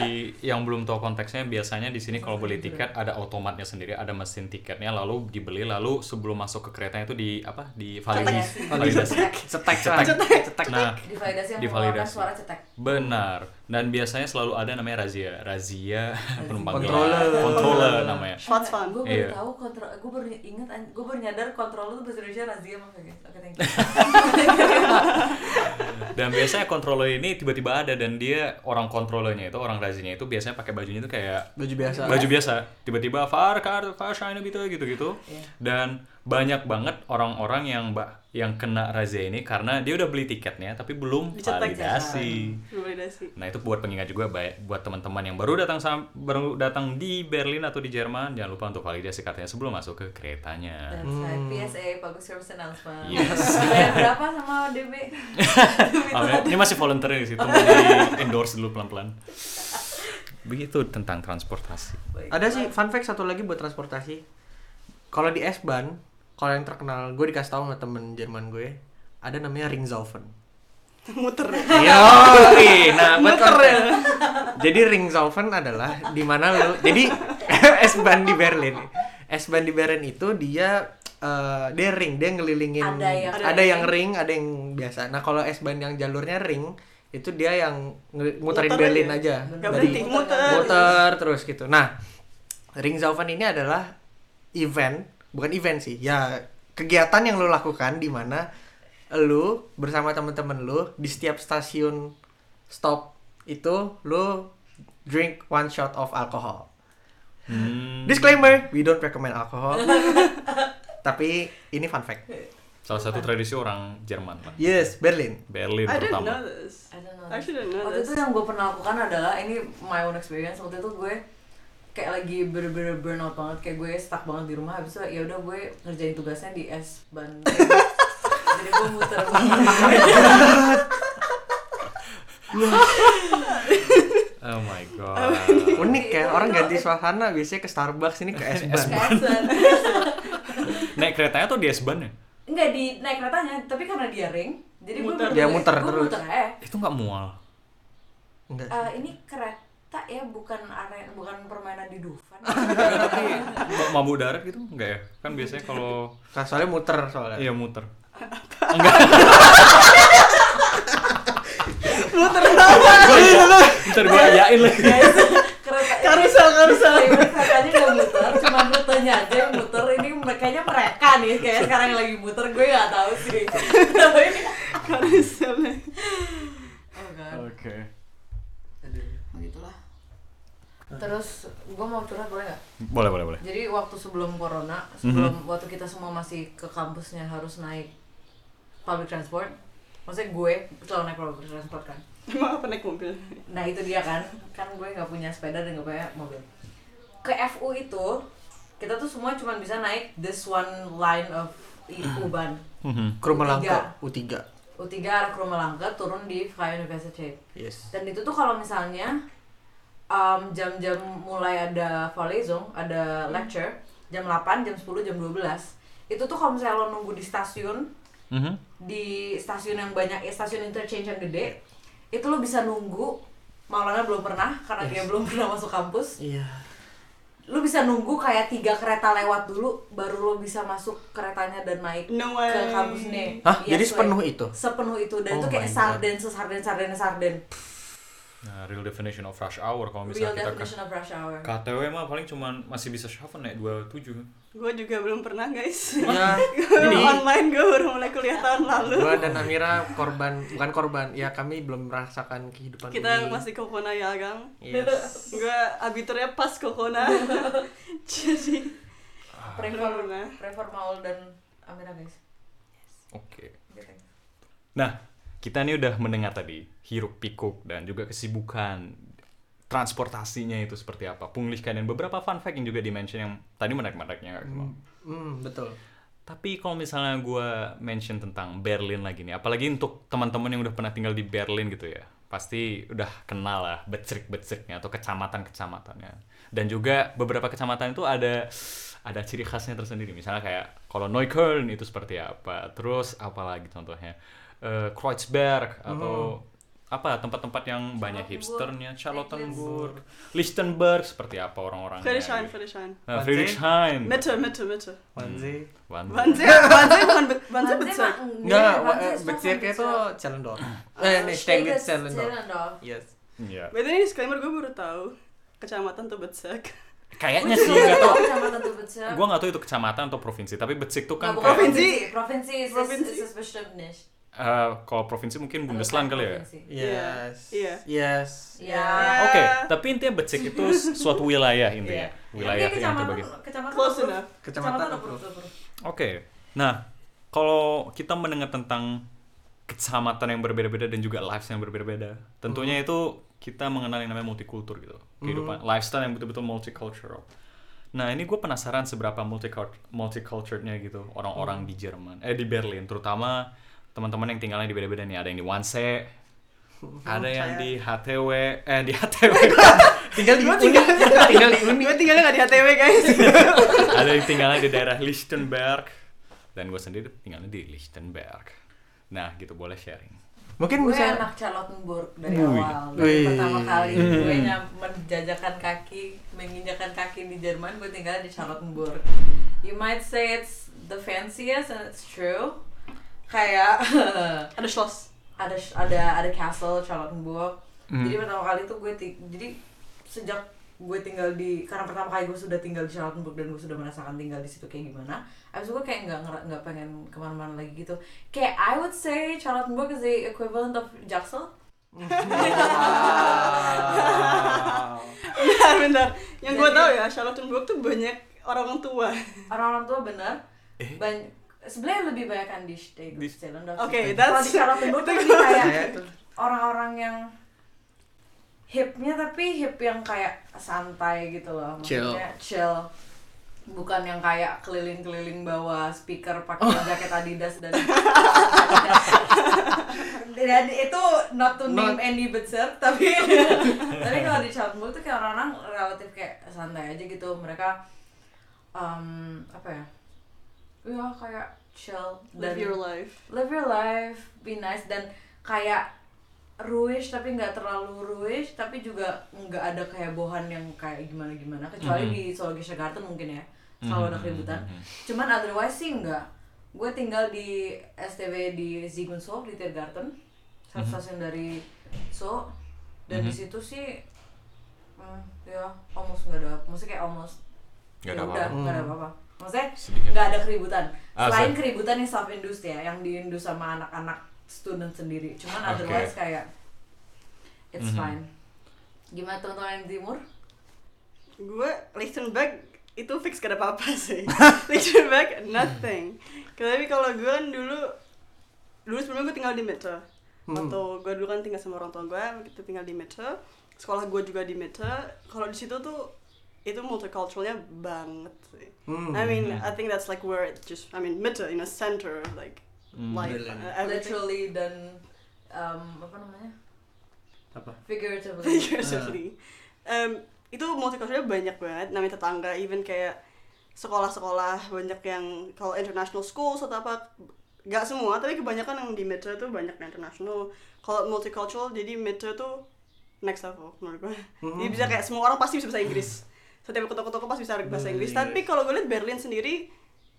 [SPEAKER 1] Di- yang belum tahu konteksnya biasanya di sini kalau beli tiket ada otomatnya sendiri ada mesin tiketnya lalu dibeli lalu sebelum masuk ke keretanya itu di apa di validasi
[SPEAKER 2] Validasi.
[SPEAKER 1] validasi
[SPEAKER 2] cetek
[SPEAKER 1] Cetek.
[SPEAKER 2] cetek
[SPEAKER 1] nah
[SPEAKER 4] divalidasi yang mengeluarkan
[SPEAKER 1] Divalidasi.
[SPEAKER 4] suara cetek
[SPEAKER 1] Benar. Dan biasanya selalu ada namanya razia. Razia penumpang gelap.
[SPEAKER 2] Controller.
[SPEAKER 1] Controller namanya.
[SPEAKER 3] Shots fun.
[SPEAKER 4] gue baru
[SPEAKER 1] Iya.
[SPEAKER 4] tahu kontrol gue baru inget gue baru nyadar kontrol itu bahasa Indonesia razia maksudnya oke thank you
[SPEAKER 1] Dan biasanya controller ini tiba-tiba ada dan dia orang controllernya itu orang razianya itu biasanya pakai bajunya itu kayak
[SPEAKER 2] baju biasa
[SPEAKER 1] baju biasa. Tiba-tiba far kar far shine gitu gitu-gitu. Dan banyak banget orang-orang yang ba- yang kena razia ini karena dia udah beli tiketnya tapi belum
[SPEAKER 3] Dicetek,
[SPEAKER 1] validasi.
[SPEAKER 3] validasi
[SPEAKER 1] Nah itu buat pengingat juga baik buat teman-teman yang baru datang sam- baru datang di Berlin atau di Jerman jangan lupa untuk validasi kartunya sebelum masuk ke keretanya.
[SPEAKER 4] That's right. PSA public service announcement
[SPEAKER 1] Yes.
[SPEAKER 4] Bayar berapa sama DB Demi
[SPEAKER 1] Oh,
[SPEAKER 4] Tuhan.
[SPEAKER 1] ini masih volunteer sih, tunggu di endorse dulu pelan-pelan. Begitu tentang transportasi.
[SPEAKER 4] Baik.
[SPEAKER 2] ada sih fun fact satu lagi buat transportasi kalau di S-Bahn kalau yang terkenal gue dikasih tahu sama temen Jerman gue ada namanya Ringsaufen
[SPEAKER 3] muter
[SPEAKER 2] Yoi, nah buat
[SPEAKER 3] Muter ya.
[SPEAKER 2] konten. Jadi Ringsaufen adalah di mana lu jadi S-Bahn di Berlin. S-Bahn di Berlin itu dia eh, dia ring, dia ngelilingin
[SPEAKER 4] Ada yang-
[SPEAKER 2] ada yang ring, ada yang biasa. Nah, kalau S-Bahn yang jalurnya ring itu dia yang ngeli- muterin
[SPEAKER 3] Muter
[SPEAKER 2] Berlin aja.
[SPEAKER 3] aja. ya? Nggak
[SPEAKER 2] Dari-
[SPEAKER 3] berhenti, muter.
[SPEAKER 2] Muter terus gitu. Nah, Ringsaufen ini adalah event, bukan event sih. Ya, kegiatan yang lo lakukan di mana lo bersama temen-temen lo di setiap stasiun stop itu lo drink one shot of alcohol.
[SPEAKER 1] Hmm,
[SPEAKER 2] Disclaimer, we don't recommend alcohol. Tapi ini fun fact.
[SPEAKER 1] salah satu tradisi orang Jerman lah.
[SPEAKER 2] Yes, Berlin.
[SPEAKER 1] Berlin
[SPEAKER 3] I didn't know
[SPEAKER 1] terutama.
[SPEAKER 3] this
[SPEAKER 4] I don't know.
[SPEAKER 3] I shouldn't know
[SPEAKER 4] waktu
[SPEAKER 3] this
[SPEAKER 4] itu yang gue pernah lakukan adalah ini my own experience waktu itu gue kayak lagi bener-bener burnout banget kayak gue stuck banget di rumah habis itu ya udah gue ngerjain tugasnya di es ban jadi gue muter
[SPEAKER 1] Oh my god.
[SPEAKER 2] Unik ya, orang ganti suasana biasanya ke Starbucks ini ke S-Bahn.
[SPEAKER 4] Kesan.
[SPEAKER 1] Naik keretanya tuh di S-Bahn ya?
[SPEAKER 4] enggak di naik keretanya tapi karena dia ring jadi gue
[SPEAKER 3] Muter.
[SPEAKER 2] Dia Ya, muter
[SPEAKER 4] bener-bener- gue
[SPEAKER 2] terus.
[SPEAKER 4] muter eh
[SPEAKER 1] Itu nggak mual.
[SPEAKER 2] Enggak.
[SPEAKER 4] Eh, ini kereta ya bukan aren bukan permainan di Dufan
[SPEAKER 1] Tapi ma- mabuk darat gitu nggak ya? Kan biasanya kalau
[SPEAKER 2] Nah, soalnya muter Iya. soalnya.
[SPEAKER 1] iya muter.
[SPEAKER 4] muter banget
[SPEAKER 1] Ntar gue ayain lagi.
[SPEAKER 4] guys kereta
[SPEAKER 2] Karusel, karusel.
[SPEAKER 4] Disclaimer, keretanya nggak muter cuma rutenya aja yang muter ini mer- kayaknya mereka nih kayak sekarang yang lagi muter gue nggak tahu sih Kenapa ini
[SPEAKER 3] karuselnya
[SPEAKER 4] oh god
[SPEAKER 1] Oke.
[SPEAKER 4] begitulah terus gue mau curhat boleh nggak
[SPEAKER 1] Boleh, boleh, boleh.
[SPEAKER 4] jadi waktu sebelum corona sebelum waktu kita semua masih ke kampusnya harus naik public transport maksudnya gue selalu naik public transport kan
[SPEAKER 3] emang apa naik mobil
[SPEAKER 4] Nah itu dia kan, kan gue nggak punya sepeda dan nggak punya mobil. Ke FU itu kita tuh semua cuma bisa naik this one line of i- Uban.
[SPEAKER 1] Mhm.
[SPEAKER 2] Ke rumah langka U3.
[SPEAKER 4] U3 arah ke Langka turun di Fai University.
[SPEAKER 2] Yes.
[SPEAKER 4] Dan itu tuh kalau misalnya um, jam-jam mulai ada volleyball,
[SPEAKER 2] Hmm.
[SPEAKER 4] ada lecture, jam 8, jam 10, jam 12. Itu tuh kalau misalnya lo nunggu di stasiun,
[SPEAKER 1] Mhm.
[SPEAKER 4] di stasiun yang banyak ya stasiun interchange yang gede itu lo bisa nunggu Maulana belum pernah karena dia belum pernah masuk kampus
[SPEAKER 2] Iya.
[SPEAKER 4] lo bisa nunggu kayak tiga kereta lewat dulu baru lo bisa masuk keretanya dan naik
[SPEAKER 3] No
[SPEAKER 4] ke
[SPEAKER 3] way.
[SPEAKER 4] kampusnya
[SPEAKER 2] Hah?
[SPEAKER 4] Iya,
[SPEAKER 2] Jadi
[SPEAKER 4] cuy.
[SPEAKER 2] sepenuh itu?
[SPEAKER 4] sepenuh itu dan
[SPEAKER 2] Oh
[SPEAKER 4] itu kayak
[SPEAKER 2] my God.
[SPEAKER 4] sarden sesarden sarden sarden
[SPEAKER 1] Nah, real definition of rush hour kalau
[SPEAKER 4] real
[SPEAKER 1] misalnya kita ke
[SPEAKER 4] definition of rush hour
[SPEAKER 1] KTW mah paling cuman masih bisa shuffle naik 27.
[SPEAKER 3] gue juga belum pernah guys
[SPEAKER 2] Ya,
[SPEAKER 3] Gua online gue baru mulai kuliah tahun lalu
[SPEAKER 2] gua dan Amira korban, bukan korban. Ya kami belum merasakan kehidupan ini.
[SPEAKER 3] kita masih kokona ya gang
[SPEAKER 2] Yes.
[SPEAKER 3] gue abiturnya pas kokona jadi
[SPEAKER 4] prefer
[SPEAKER 3] Corona.
[SPEAKER 4] prefer Maul dan Amira guys
[SPEAKER 1] Oke.
[SPEAKER 4] Gitu.
[SPEAKER 1] Nah, kita nih udah mendengar tadi hiruk pikuk dan juga kesibukan transportasinya itu seperti apa. Punglihkan dan beberapa fun fact yang juga di-mention yang tadi menarik-menariknya. Kak Kemal.
[SPEAKER 2] Hmm, betul.
[SPEAKER 1] Tapi kalau misalnya gua mention tentang Berlin lagi nih, apalagi untuk teman-teman yang udah pernah tinggal di Berlin gitu ya, pasti udah kenal lah becrik-becriknya atau kecamatan-kecamatannya. Dan juga beberapa kecamatan itu ada ada ciri khasnya tersendiri. Misalnya kayak kalau Neukölln itu seperti apa, terus apalagi contohnya Eh, Kreuzberg atau apa tempat-tempat yang banyak hipsternya, Charlottenburg, Lichtenberg seperti apa orang-orangnya.
[SPEAKER 3] Friedrichshain Friedrichshain
[SPEAKER 1] Eh, Friedrichshain.
[SPEAKER 3] Mitte Mitte Mitte
[SPEAKER 2] Wanzi.
[SPEAKER 1] Wannsee.
[SPEAKER 3] Banze Banze bukan Be- Banze
[SPEAKER 4] Wannsee
[SPEAKER 3] Bezirk
[SPEAKER 4] mah
[SPEAKER 2] Enggak,
[SPEAKER 1] eh,
[SPEAKER 4] Wannsee semua
[SPEAKER 2] becirnya itu
[SPEAKER 4] Bezirk.
[SPEAKER 2] Celendor. Eh, ini Steglitz Celendor.
[SPEAKER 4] Zehlendorf.
[SPEAKER 2] Yes.
[SPEAKER 1] Iya.
[SPEAKER 3] By the way, disclaimer gue baru tahu kecamatan tuh Bezirk
[SPEAKER 1] Kayaknya
[SPEAKER 4] Gue
[SPEAKER 1] sih
[SPEAKER 4] juga
[SPEAKER 1] nggak tahu.
[SPEAKER 4] kecamatan tuh Bezirk.
[SPEAKER 1] Gua nggak tahu itu kecamatan atau provinsi, tapi Becik tuh kan
[SPEAKER 4] Nggak, bukan
[SPEAKER 1] kayak-
[SPEAKER 3] provinsi.
[SPEAKER 4] Provinsi is
[SPEAKER 3] Provinsi.
[SPEAKER 4] is- is Bestimmnis.
[SPEAKER 1] Eh, kalau provinsi mungkin Bundesland kali ya.
[SPEAKER 4] Provinsi.
[SPEAKER 2] Yes.
[SPEAKER 3] Iya.
[SPEAKER 2] Yes.
[SPEAKER 4] Ya.
[SPEAKER 3] Ya.
[SPEAKER 1] Oke, tapi intinya Becik itu suatu wilayah
[SPEAKER 4] Iya.
[SPEAKER 1] intinya, wilayah
[SPEAKER 4] Tapi
[SPEAKER 1] yang
[SPEAKER 4] kecamatan-
[SPEAKER 1] terbagi. Oke,
[SPEAKER 4] Kecamatan
[SPEAKER 3] Close
[SPEAKER 4] approved.
[SPEAKER 3] enough.
[SPEAKER 2] Kecamatan
[SPEAKER 4] approved, approved.
[SPEAKER 1] nah kalau kita mendengar tentang kecamatan yang berbeda-beda dan juga lives yang berbeda-beda, tentunya itu kita mengenal yang namanya multikultur gitu, kehidupan, lifestyle yang betul-betul multicultural. Nah ini gue penasaran seberapa multicult multiculturalnya gitu orang-orang di Jerman, eh di Berlin, terutama teman-teman yang tinggalnya di beda-beda nih, ada yang di Wannsee, ada yang di HTW, eh di HTW,
[SPEAKER 2] Tinggal di Uni. Tinggal di Uni.
[SPEAKER 3] gue tinggalnya nggak di HTW guys
[SPEAKER 1] ada yang tinggalnya di daerah Lichtenberg, dan gue sendiri tinggalnya di Lichtenberg. Nah gitu boleh sharing.
[SPEAKER 2] Mungkin
[SPEAKER 4] Gue
[SPEAKER 2] bisa
[SPEAKER 4] anak Charlottenburg dari
[SPEAKER 1] Wih.
[SPEAKER 4] awal. Dari
[SPEAKER 2] Wih.
[SPEAKER 4] pertama kali gue nyam menjajakan kaki, menginjakan kaki di Jerman, gue tinggal di Charlottenburg. You might say it's the fanciest and it's true. Kayak
[SPEAKER 3] ada Schloss
[SPEAKER 4] ada ada ada castle Charlottenburg.
[SPEAKER 1] Hmm.
[SPEAKER 4] Jadi pertama kali tuh gue ti- jadi sejak gue tinggal di karena pertama kali gue sudah tinggal di Charlottenburg dan gue sudah merasakan tinggal di situ kayak gimana. Abis itu gue kayak nggak ngera- nggak pengen kemana-mana lagi gitu. Kayak I would say Charlottenburg is the equivalent of Jaksel.
[SPEAKER 3] bentar bentar yang gue
[SPEAKER 4] Jadi-
[SPEAKER 3] tahu ya Charlottenburg tuh banyak orang tua
[SPEAKER 4] Orang-orang tua bener. Ban- sebenarnya lebih banyak kan di Steglitz, Zehlendorf sih.
[SPEAKER 3] Oke,
[SPEAKER 4] Kalau
[SPEAKER 3] that's-
[SPEAKER 4] di Charlottenburg tuh
[SPEAKER 3] itu
[SPEAKER 4] lebih
[SPEAKER 2] Iya,
[SPEAKER 4] kayak
[SPEAKER 2] itu.
[SPEAKER 4] orang-orang yang hipnya tapi hip yang kayak santai gitu loh maksudnya chill bukan yang kayak keliling-keliling bawa speaker pakai jaket Adidas dan dan itu not to name
[SPEAKER 2] Not-
[SPEAKER 4] any besar tapi tapi kalau di Charleston tuh kayak orang-orang relatif kayak santai aja gitu mereka um, apa ya ya kayak chill
[SPEAKER 3] live your life
[SPEAKER 4] live your life, be nice dan kayak ruish tapi nggak terlalu ruish tapi juga nggak ada kehebohan yang kayak gimana gimana kecuali
[SPEAKER 1] Mhm.
[SPEAKER 4] di Zoologische Garten mungkin ya selalu ada keributan. Cuman otherwise sih nggak. Gue tinggal di STW di Ziegensorg di Tiergarten. satu stasiun dari So dan di situ sih hmm, ya almost nggak ada maksudnya kayak almost
[SPEAKER 1] Nggak ada
[SPEAKER 4] ya
[SPEAKER 1] apa-apa.
[SPEAKER 4] udah, nggak ada apa-apa maksudnya
[SPEAKER 1] Sedikit.
[SPEAKER 4] nggak ada keributan
[SPEAKER 1] Ah,
[SPEAKER 4] selain
[SPEAKER 1] sorry.
[SPEAKER 4] keributan yang self induced ya yang diindus sama anak-anak student sendiri cuman
[SPEAKER 1] Oke.
[SPEAKER 4] otherwise kayak it's
[SPEAKER 1] Mhm.
[SPEAKER 4] fine gimana teman-teman yang di timur
[SPEAKER 3] gue Lichtenberg itu fix gak ada apa-apa sih Lichtenberg nothing tapi kalau gue kan dulu dulu sebelumnya gue tinggal di Metro
[SPEAKER 2] Hmm.
[SPEAKER 3] atau gue dulu kan tinggal sama orang tua gue kita tinggal di Metro sekolah gue juga di Metro kalau di situ tuh itu multiculturalnya banget sih
[SPEAKER 2] Hmm.
[SPEAKER 3] I mean I think that's like where it just I mean Metro in a center of like
[SPEAKER 1] Hmm.
[SPEAKER 3] life
[SPEAKER 2] Bener.
[SPEAKER 3] uh, everything
[SPEAKER 4] literally dan um, apa namanya
[SPEAKER 2] apa
[SPEAKER 4] figuratively
[SPEAKER 3] figuratively Iya, Em, itu multiculturalnya banyak banget namanya tetangga even kayak sekolah-sekolah banyak yang kalau international schools atau apa nggak semua tapi kebanyakan yang di metro tuh banyak yang international kalau multicultural jadi metro tuh next level menurut gue jadi bisa kayak semua orang pasti bisa bahasa Inggris setiap kota-kota pasti bisa bahasa Inggris tapi kalau gue lihat Berlin sendiri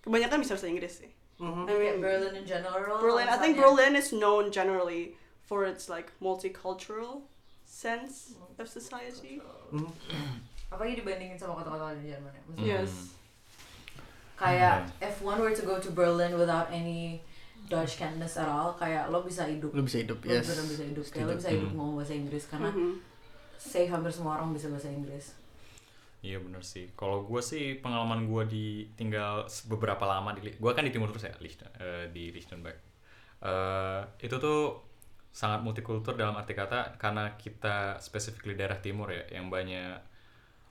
[SPEAKER 3] kebanyakan bisa bahasa Inggris sih
[SPEAKER 2] Mhm.
[SPEAKER 3] I mean,
[SPEAKER 4] Berlin in general
[SPEAKER 3] Berlin. I think
[SPEAKER 4] misalnya.
[SPEAKER 3] Berlin is known generally for its like multicultural sense of society.
[SPEAKER 2] Mhm.
[SPEAKER 4] apalagi dibandingin sama kota-kota di Jerman ya
[SPEAKER 3] Hmm.
[SPEAKER 4] maksudnya
[SPEAKER 3] Yes.
[SPEAKER 1] Mhm.
[SPEAKER 4] kayak if one were to go to Berlin without any Dutch kindness at all kayak lo bisa hidup
[SPEAKER 2] lu bisa hidup
[SPEAKER 4] lo
[SPEAKER 2] yes
[SPEAKER 4] bener bisa hidup kayak lo
[SPEAKER 2] Setuju.
[SPEAKER 4] bisa hidup ngomong bahasa Inggris karena
[SPEAKER 3] Mhm.
[SPEAKER 4] say hampir semua orang bisa bahasa Inggris
[SPEAKER 1] Iya bener sih. Kalau gue sih pengalaman gue di tinggal se- beberapa lama di gue kan di timur terus ya Lichten- eh, di Lichtenberg. Eh, itu tuh sangat multikultur dalam arti kata karena kita spesifik di daerah timur ya yang banyak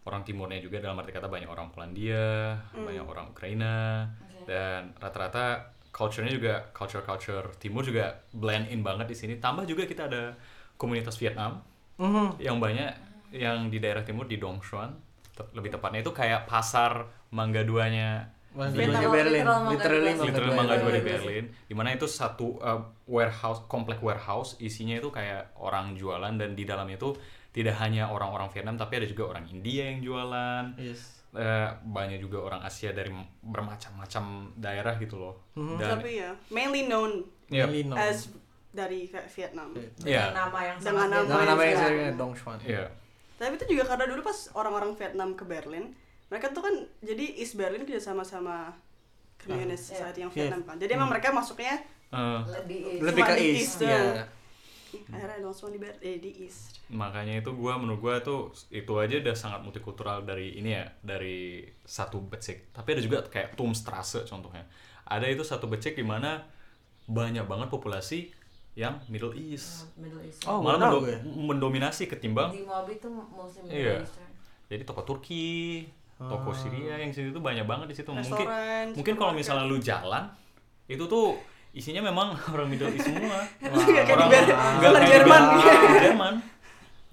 [SPEAKER 1] orang timurnya juga dalam arti kata banyak orang Polandia, banyak orang Ukraina dan rata-rata culture-nya juga culture-culture timur juga blend in banget di sini. Tambah juga kita ada komunitas Vietnam
[SPEAKER 2] Mhm.
[SPEAKER 1] yang banyak yang di daerah timur di Dongshuan te- lebih tepatnya itu kayak pasar mangga duanya
[SPEAKER 2] Mangga
[SPEAKER 1] Literal-
[SPEAKER 2] duanya Berlin
[SPEAKER 4] literal mangga
[SPEAKER 2] literally
[SPEAKER 4] dua.
[SPEAKER 1] literal
[SPEAKER 4] Mangga
[SPEAKER 1] mangga dua di
[SPEAKER 4] Dua.
[SPEAKER 1] Berlin dimana itu satu uh, warehouse komplek warehouse isinya itu kayak orang jualan dan di dalamnya itu tidak hanya orang-orang Vietnam tapi ada juga orang India yang jualan
[SPEAKER 2] yes
[SPEAKER 1] Eh, banyak juga orang Asia dari m- bermacam-macam daerah gitu loh dan ya,
[SPEAKER 3] Tapi ya, mainly known
[SPEAKER 1] Yep.
[SPEAKER 2] Really no.
[SPEAKER 3] as dari Vi- Vietnam.
[SPEAKER 1] Iya.
[SPEAKER 4] Dengan nama yang
[SPEAKER 3] Dengan
[SPEAKER 4] sangat
[SPEAKER 2] Jangan
[SPEAKER 3] nama
[SPEAKER 4] beda.
[SPEAKER 3] yang
[SPEAKER 2] namanya
[SPEAKER 3] Iya.
[SPEAKER 2] saya Dongchuan.
[SPEAKER 1] Iya.
[SPEAKER 3] Tapi itu juga karena dulu pas orang-orang Vietnam ke Berlin, mereka tuh kan jadi East Berlin kerja sama sama Communist
[SPEAKER 1] iya.
[SPEAKER 4] Ah,
[SPEAKER 3] Society yang
[SPEAKER 2] Yes.
[SPEAKER 3] Vietnam kan. Jadi emang
[SPEAKER 1] Hmm.
[SPEAKER 3] mereka masuknya
[SPEAKER 1] Eh,
[SPEAKER 4] lebih
[SPEAKER 2] Lebih
[SPEAKER 3] Cuma
[SPEAKER 2] ke
[SPEAKER 3] di
[SPEAKER 2] east.
[SPEAKER 3] eastern.
[SPEAKER 2] Iya.
[SPEAKER 3] akhirnya ada langsung di Ber eh, di East.
[SPEAKER 1] makanya itu gua menurut gua tuh itu aja udah sangat multikultural dari ini ya dari satu becek tapi ada juga kayak Tumstrasse contohnya ada itu satu becek di mana banyak banget populasi yang Middle East
[SPEAKER 4] Middle East
[SPEAKER 2] Oh,
[SPEAKER 1] malah
[SPEAKER 2] nggak tahu
[SPEAKER 1] mendo-
[SPEAKER 2] gue.
[SPEAKER 1] mendominasi ketimbang
[SPEAKER 4] di Mobi tuh mostly
[SPEAKER 1] Iya.
[SPEAKER 4] Middle Eastern
[SPEAKER 1] jadi toko Turki toko Syria yang situ tuh banyak banget di situ mungkin
[SPEAKER 3] Restoran,
[SPEAKER 1] mungkin kalau misalnya lu jalan itu tuh isinya memang orang Middle East semua
[SPEAKER 3] Nggak kayak di
[SPEAKER 1] orang
[SPEAKER 3] Ber-
[SPEAKER 1] nggak kayak di
[SPEAKER 3] Jerman. Iya,
[SPEAKER 1] Ber- Jerman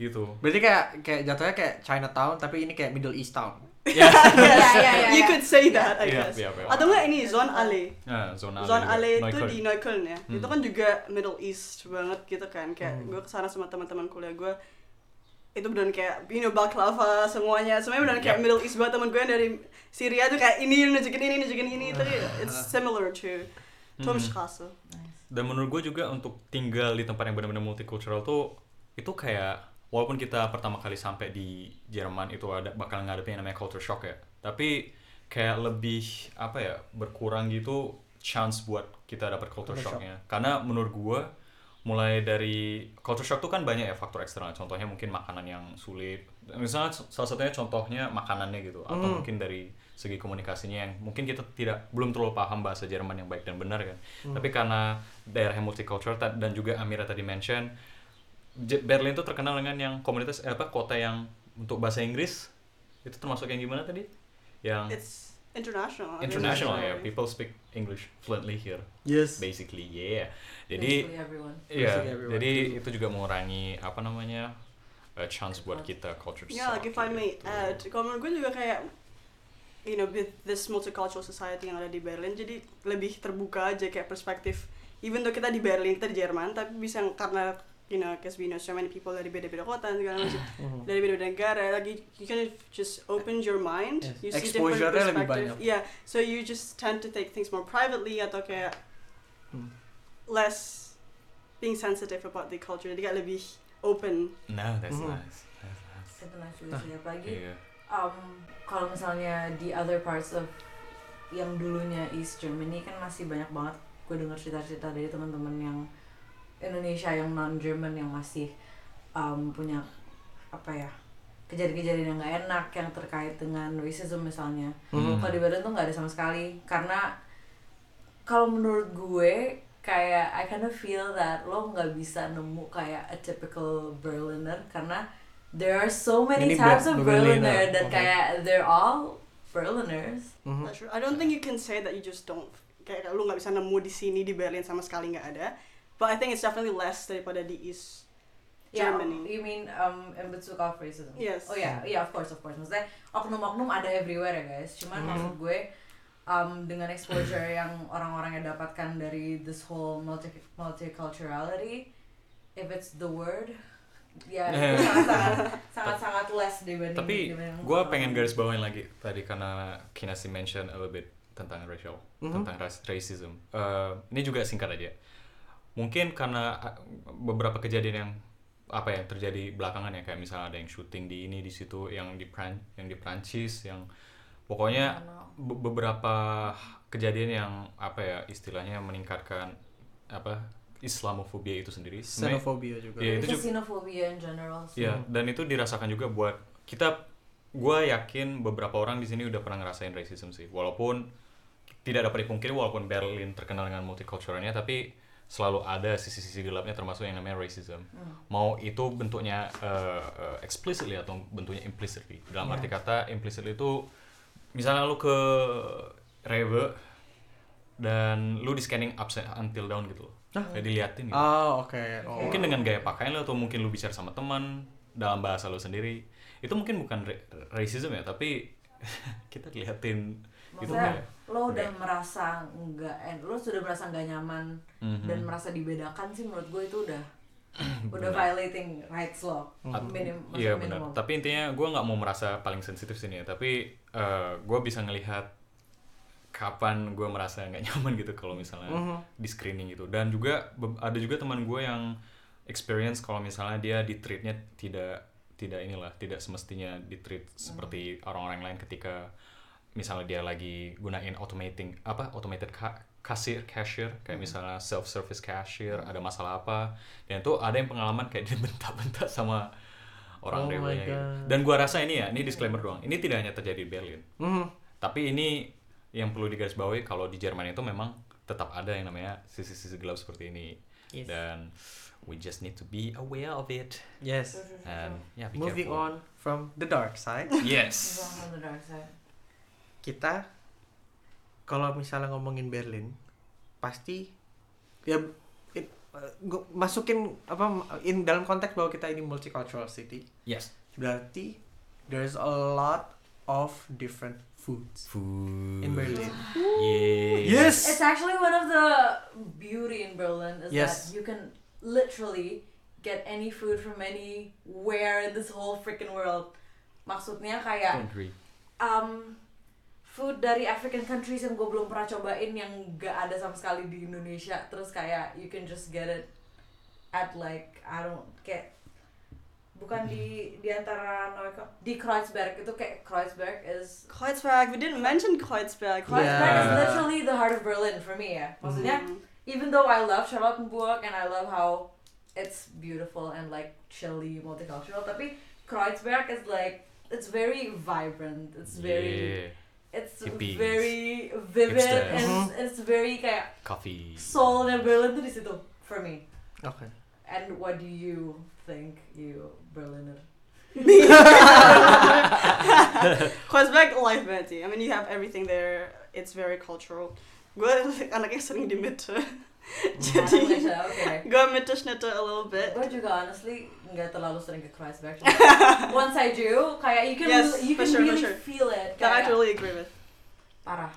[SPEAKER 1] gitu
[SPEAKER 2] Berarti kayak kayak jatuhnya kayak Chinatown tapi ini kayak Middle East town.
[SPEAKER 4] Iya, iya, iya,
[SPEAKER 3] You
[SPEAKER 4] iya.
[SPEAKER 3] could say that, I
[SPEAKER 1] Iya,
[SPEAKER 3] guess.
[SPEAKER 1] iya, iya.
[SPEAKER 3] Atau enggak ini Zone Alley.
[SPEAKER 1] Nah, Hmm. zona
[SPEAKER 3] Zone Ale itu
[SPEAKER 1] Neukölln.
[SPEAKER 3] di Neukölln ya. Itu kan juga Middle East banget gitu kan. Kayak gue kesana sama teman-teman kuliah gue itu beneran kayak you know baklava semuanya semuanya beneran kayak
[SPEAKER 1] Yep.
[SPEAKER 3] Middle East banget temen gue yang dari Syria tuh kayak ini nunjukin ini nunjukin ini itu it's
[SPEAKER 1] Hmm.
[SPEAKER 3] similar to Turmstrasse
[SPEAKER 1] dan menurut gue juga untuk tinggal di tempat yang benar-benar multicultural tuh itu kayak walaupun kita pertama kali sampai di Jerman itu ada bakal ngadepin yang namanya culture shock ya tapi kayak lebih apa ya berkurang gitu chance buat kita dapat culture
[SPEAKER 2] Culture shock.
[SPEAKER 1] shocknya karena menurut gue mulai dari culture shock tuh kan banyak ya faktor eksternal contohnya mungkin makanan yang sulit misalnya s- salah satunya contohnya makanannya gitu atau mungkin dari segi komunikasinya yang mungkin kita tidak belum terlalu paham bahasa Jerman yang baik dan benar kan tapi karena daerahnya multicultural ta- dan juga Amira tadi mention Je- Berlin tuh terkenal dengan yang komunitas eh, apa kota yang untuk bahasa Inggris itu termasuk yang gimana tadi yang
[SPEAKER 3] it's international
[SPEAKER 1] Hmm. international ya people speak English fluently here
[SPEAKER 2] Yes.
[SPEAKER 1] basically yeah jadi
[SPEAKER 4] Basically everyone
[SPEAKER 1] Iya,
[SPEAKER 2] Basically everyone
[SPEAKER 1] jadi itu juga mengurangi apa namanya uh, chance buat kita culture
[SPEAKER 3] Ya,
[SPEAKER 1] shock
[SPEAKER 3] like if I may
[SPEAKER 1] gitu.
[SPEAKER 3] add, kalau menurut gue juga kayak you know with this multicultural society yang ada di Berlin, jadi lebih terbuka aja kayak perspektif. Even though kita di Berlin, kita di Jerman, tapi bisa karena you know, because we know so many people dari beda-beda kota dan segala macam,
[SPEAKER 2] Hmm. Mhm.
[SPEAKER 3] dari beda-beda negara, lagi you can just open your mind,
[SPEAKER 2] Yes.
[SPEAKER 3] you see
[SPEAKER 2] Exposure-nya lebih
[SPEAKER 3] different
[SPEAKER 2] banyak.
[SPEAKER 3] perspective. Yeah, so you just tend to take things more privately atau kayak
[SPEAKER 2] Hmm.
[SPEAKER 3] less being sensitive about the culture jadi kayak lebih open
[SPEAKER 1] Nah, that's
[SPEAKER 2] Mhm.
[SPEAKER 1] nice. That's nice.
[SPEAKER 4] Itu nice solusinya. Apalagi
[SPEAKER 1] Iya.
[SPEAKER 4] Um, kalau misalnya di other parts of yang dulunya East Germany kan masih banyak banget gue dengar cerita-cerita dari teman-teman yang Indonesia yang non German yang masih um, punya apa ya kejadian-kejadian yang gak enak yang terkait dengan racism misalnya.
[SPEAKER 2] Hmm.
[SPEAKER 1] Mhm.
[SPEAKER 4] Kalau di Berlin tuh nggak ada sama sekali karena kalau menurut gue kayak I kind of feel that lo nggak bisa nemu kayak a typical Berliner karena there are so many
[SPEAKER 2] Jadi
[SPEAKER 4] types
[SPEAKER 2] Ber-
[SPEAKER 4] of
[SPEAKER 2] Berliner,
[SPEAKER 4] Berliner dan
[SPEAKER 2] oke.
[SPEAKER 4] kayak they're all Berliners.
[SPEAKER 2] Mhm.
[SPEAKER 3] That's true. I don't think you can say that you just don't kayak lu nggak bisa nemu di sini di Berlin sama sekali nggak ada but I think it's definitely less daripada di East
[SPEAKER 4] Yeah,
[SPEAKER 3] Germany.
[SPEAKER 4] you mean um in Bezug of racism?
[SPEAKER 3] Yes.
[SPEAKER 4] Oh yeah, yeah of course of course. Maksudnya oknum-oknum ada everywhere ya guys. Cuman
[SPEAKER 3] Mm-hmm.
[SPEAKER 2] Mhm.
[SPEAKER 4] maksud gue um, dengan exposure yang orang-orang yang dapatkan dari this whole multi multiculturality, if it's the word, ya
[SPEAKER 1] Eh.
[SPEAKER 4] itu sangat-sangat sangat-sangat less dibanding.
[SPEAKER 1] Tapi
[SPEAKER 4] dibanding
[SPEAKER 1] gue
[SPEAKER 4] orang-orang.
[SPEAKER 1] pengen garis bawain lagi tadi karena Kinasi mention a little bit tentang racial,
[SPEAKER 2] Mhm.
[SPEAKER 1] tentang ras- racism. Eh, ini juga singkat aja. Mungkin karena ah, beberapa kejadian yang apa yang terjadi belakangan ya kayak misalnya ada yang syuting di ini di situ, yang di Pran, yang di Prancis, yang pokoknya be- beberapa kejadian yang apa ya istilahnya meningkatkan apa Islamofobia itu sendiri. Sebenarnya-
[SPEAKER 2] xenophobia juga
[SPEAKER 1] Iya, itu
[SPEAKER 4] Itu
[SPEAKER 1] juga-
[SPEAKER 4] xenophobia in general. sih.
[SPEAKER 1] Iya, dan itu dirasakan juga buat kita. Gue yakin beberapa orang di sini udah pernah ngerasain racism sih, walaupun tidak dapat dipungkiri walaupun Berlin terkenal dengan multiculturalnya, tapi selalu ada sisi-sisi gelapnya termasuk yang namanya racism. Mau itu bentuknya eh, eh, explicitly atau bentuknya implicitly. Dalam
[SPEAKER 4] Iya.
[SPEAKER 1] arti kata implicitly itu misalnya lu ke Rewe dan lu di scanning up until down gitu loh. Jadi diliatin gitu
[SPEAKER 2] oh oke oh.
[SPEAKER 1] mungkin dengan gaya pakaian lo atau mungkin lu bicara sama teman dalam bahasa lo sendiri itu mungkin bukan ra- racism ya tapi kita liatin itu
[SPEAKER 4] Maksudnya
[SPEAKER 1] kayak-
[SPEAKER 4] lo udah merasa enggak, lo sudah merasa nggak nyaman
[SPEAKER 1] Mhm.
[SPEAKER 4] dan merasa dibedakan sih menurut gue itu udah udah
[SPEAKER 1] Benar.
[SPEAKER 4] violating rights lo.
[SPEAKER 1] At-
[SPEAKER 4] Minim-
[SPEAKER 1] iya
[SPEAKER 4] maksudnya
[SPEAKER 1] benar
[SPEAKER 4] minimum.
[SPEAKER 1] tapi intinya gue nggak mau merasa paling sensitif sini ya tapi gue bisa ngelihat kapan gue merasa nggak nyaman gitu kalau misalnya
[SPEAKER 2] Mhm.
[SPEAKER 1] di screening gitu dan juga be- ada juga teman gue yang experience kalau misalnya dia di treatnya tidak tidak inilah tidak semestinya di treat seperti
[SPEAKER 4] Mhm.
[SPEAKER 1] orang-orang lain ketika misalnya dia lagi gunain automating apa automated ka- kasir cashier
[SPEAKER 2] Hmm.
[SPEAKER 1] kayak misalnya self service cashier ada masalah apa dan tuh ada yang pengalaman kayak dibentak-bentak sama orang
[SPEAKER 2] Oh my
[SPEAKER 1] rewelnya gitu.
[SPEAKER 2] God.
[SPEAKER 1] dan gua rasa ini ya ini disclaimer doang ini tidak hanya terjadi di Berlin
[SPEAKER 2] Mhm.
[SPEAKER 1] tapi ini yang perlu digarisbawahi kalau di Jerman itu memang tetap ada yang namanya sisi-sisi gelap seperti ini.
[SPEAKER 2] Yes.
[SPEAKER 1] Dan we just need to be aware of it.
[SPEAKER 2] yes
[SPEAKER 1] And yeah, be
[SPEAKER 2] moving
[SPEAKER 1] careful.
[SPEAKER 2] on from the dark side
[SPEAKER 1] Yes.
[SPEAKER 4] Orang on the dark side.
[SPEAKER 2] kita kalau misalnya ngomongin Berlin pasti ya it- eh, gua- masukin apa in dalam konteks bahwa kita ini multicultural city
[SPEAKER 1] Yes.
[SPEAKER 2] berarti there's a lot of different foods
[SPEAKER 1] Food.
[SPEAKER 2] in Berlin.
[SPEAKER 1] Yes.
[SPEAKER 4] It's actually one of the beauty in Berlin is
[SPEAKER 2] Yes.
[SPEAKER 4] that you can literally get any food from anywhere in this whole freaking world. Maksudnya kayak
[SPEAKER 1] Country.
[SPEAKER 4] um, food dari African countries yang gue belum pernah cobain yang gak ada sama sekali di Indonesia terus kayak you can just get it at like I don't kayak bukan di di antara Neukölln- di Kreuzberg itu kayak Kreuzberg is
[SPEAKER 3] Kreuzberg we didn't mention Kreuzberg
[SPEAKER 4] Kreuzberg is
[SPEAKER 2] Yeah.
[SPEAKER 4] literally the heart of Berlin for me ya maksudnya
[SPEAKER 3] Mm.
[SPEAKER 4] even though I love Charlottenburg and I love how it's beautiful and like chilly multicultural tapi Kreuzberg is like it's very vibrant it's very
[SPEAKER 1] Yeah.
[SPEAKER 4] it's
[SPEAKER 1] Hippies.
[SPEAKER 4] very vivid
[SPEAKER 1] Hipsters.
[SPEAKER 4] and it's-
[SPEAKER 3] Uh-huh.
[SPEAKER 4] it's very kayak
[SPEAKER 1] Coffee.
[SPEAKER 4] soulnya Berlin tuh di situ for me.
[SPEAKER 2] Oke.
[SPEAKER 4] And what do you think you Berliner?
[SPEAKER 3] Kreuzberg life banget sih. I mean you have everything there. It's very cultural. Gue anaknya sering di Mitte.
[SPEAKER 2] Mm-hmm.
[SPEAKER 3] Jadi
[SPEAKER 4] Malaysia, oke.
[SPEAKER 3] gue Mitte schnitte a little bit.
[SPEAKER 4] Gue juga honestly nggak terlalu sering ke Kreuzberg. Cuma Once I do, kayak you can
[SPEAKER 3] Yes,
[SPEAKER 4] you
[SPEAKER 3] for
[SPEAKER 4] can
[SPEAKER 3] sure, for
[SPEAKER 4] really
[SPEAKER 3] sure.
[SPEAKER 4] feel it.
[SPEAKER 3] That I
[SPEAKER 4] Kayak
[SPEAKER 3] totally agree with.
[SPEAKER 4] parah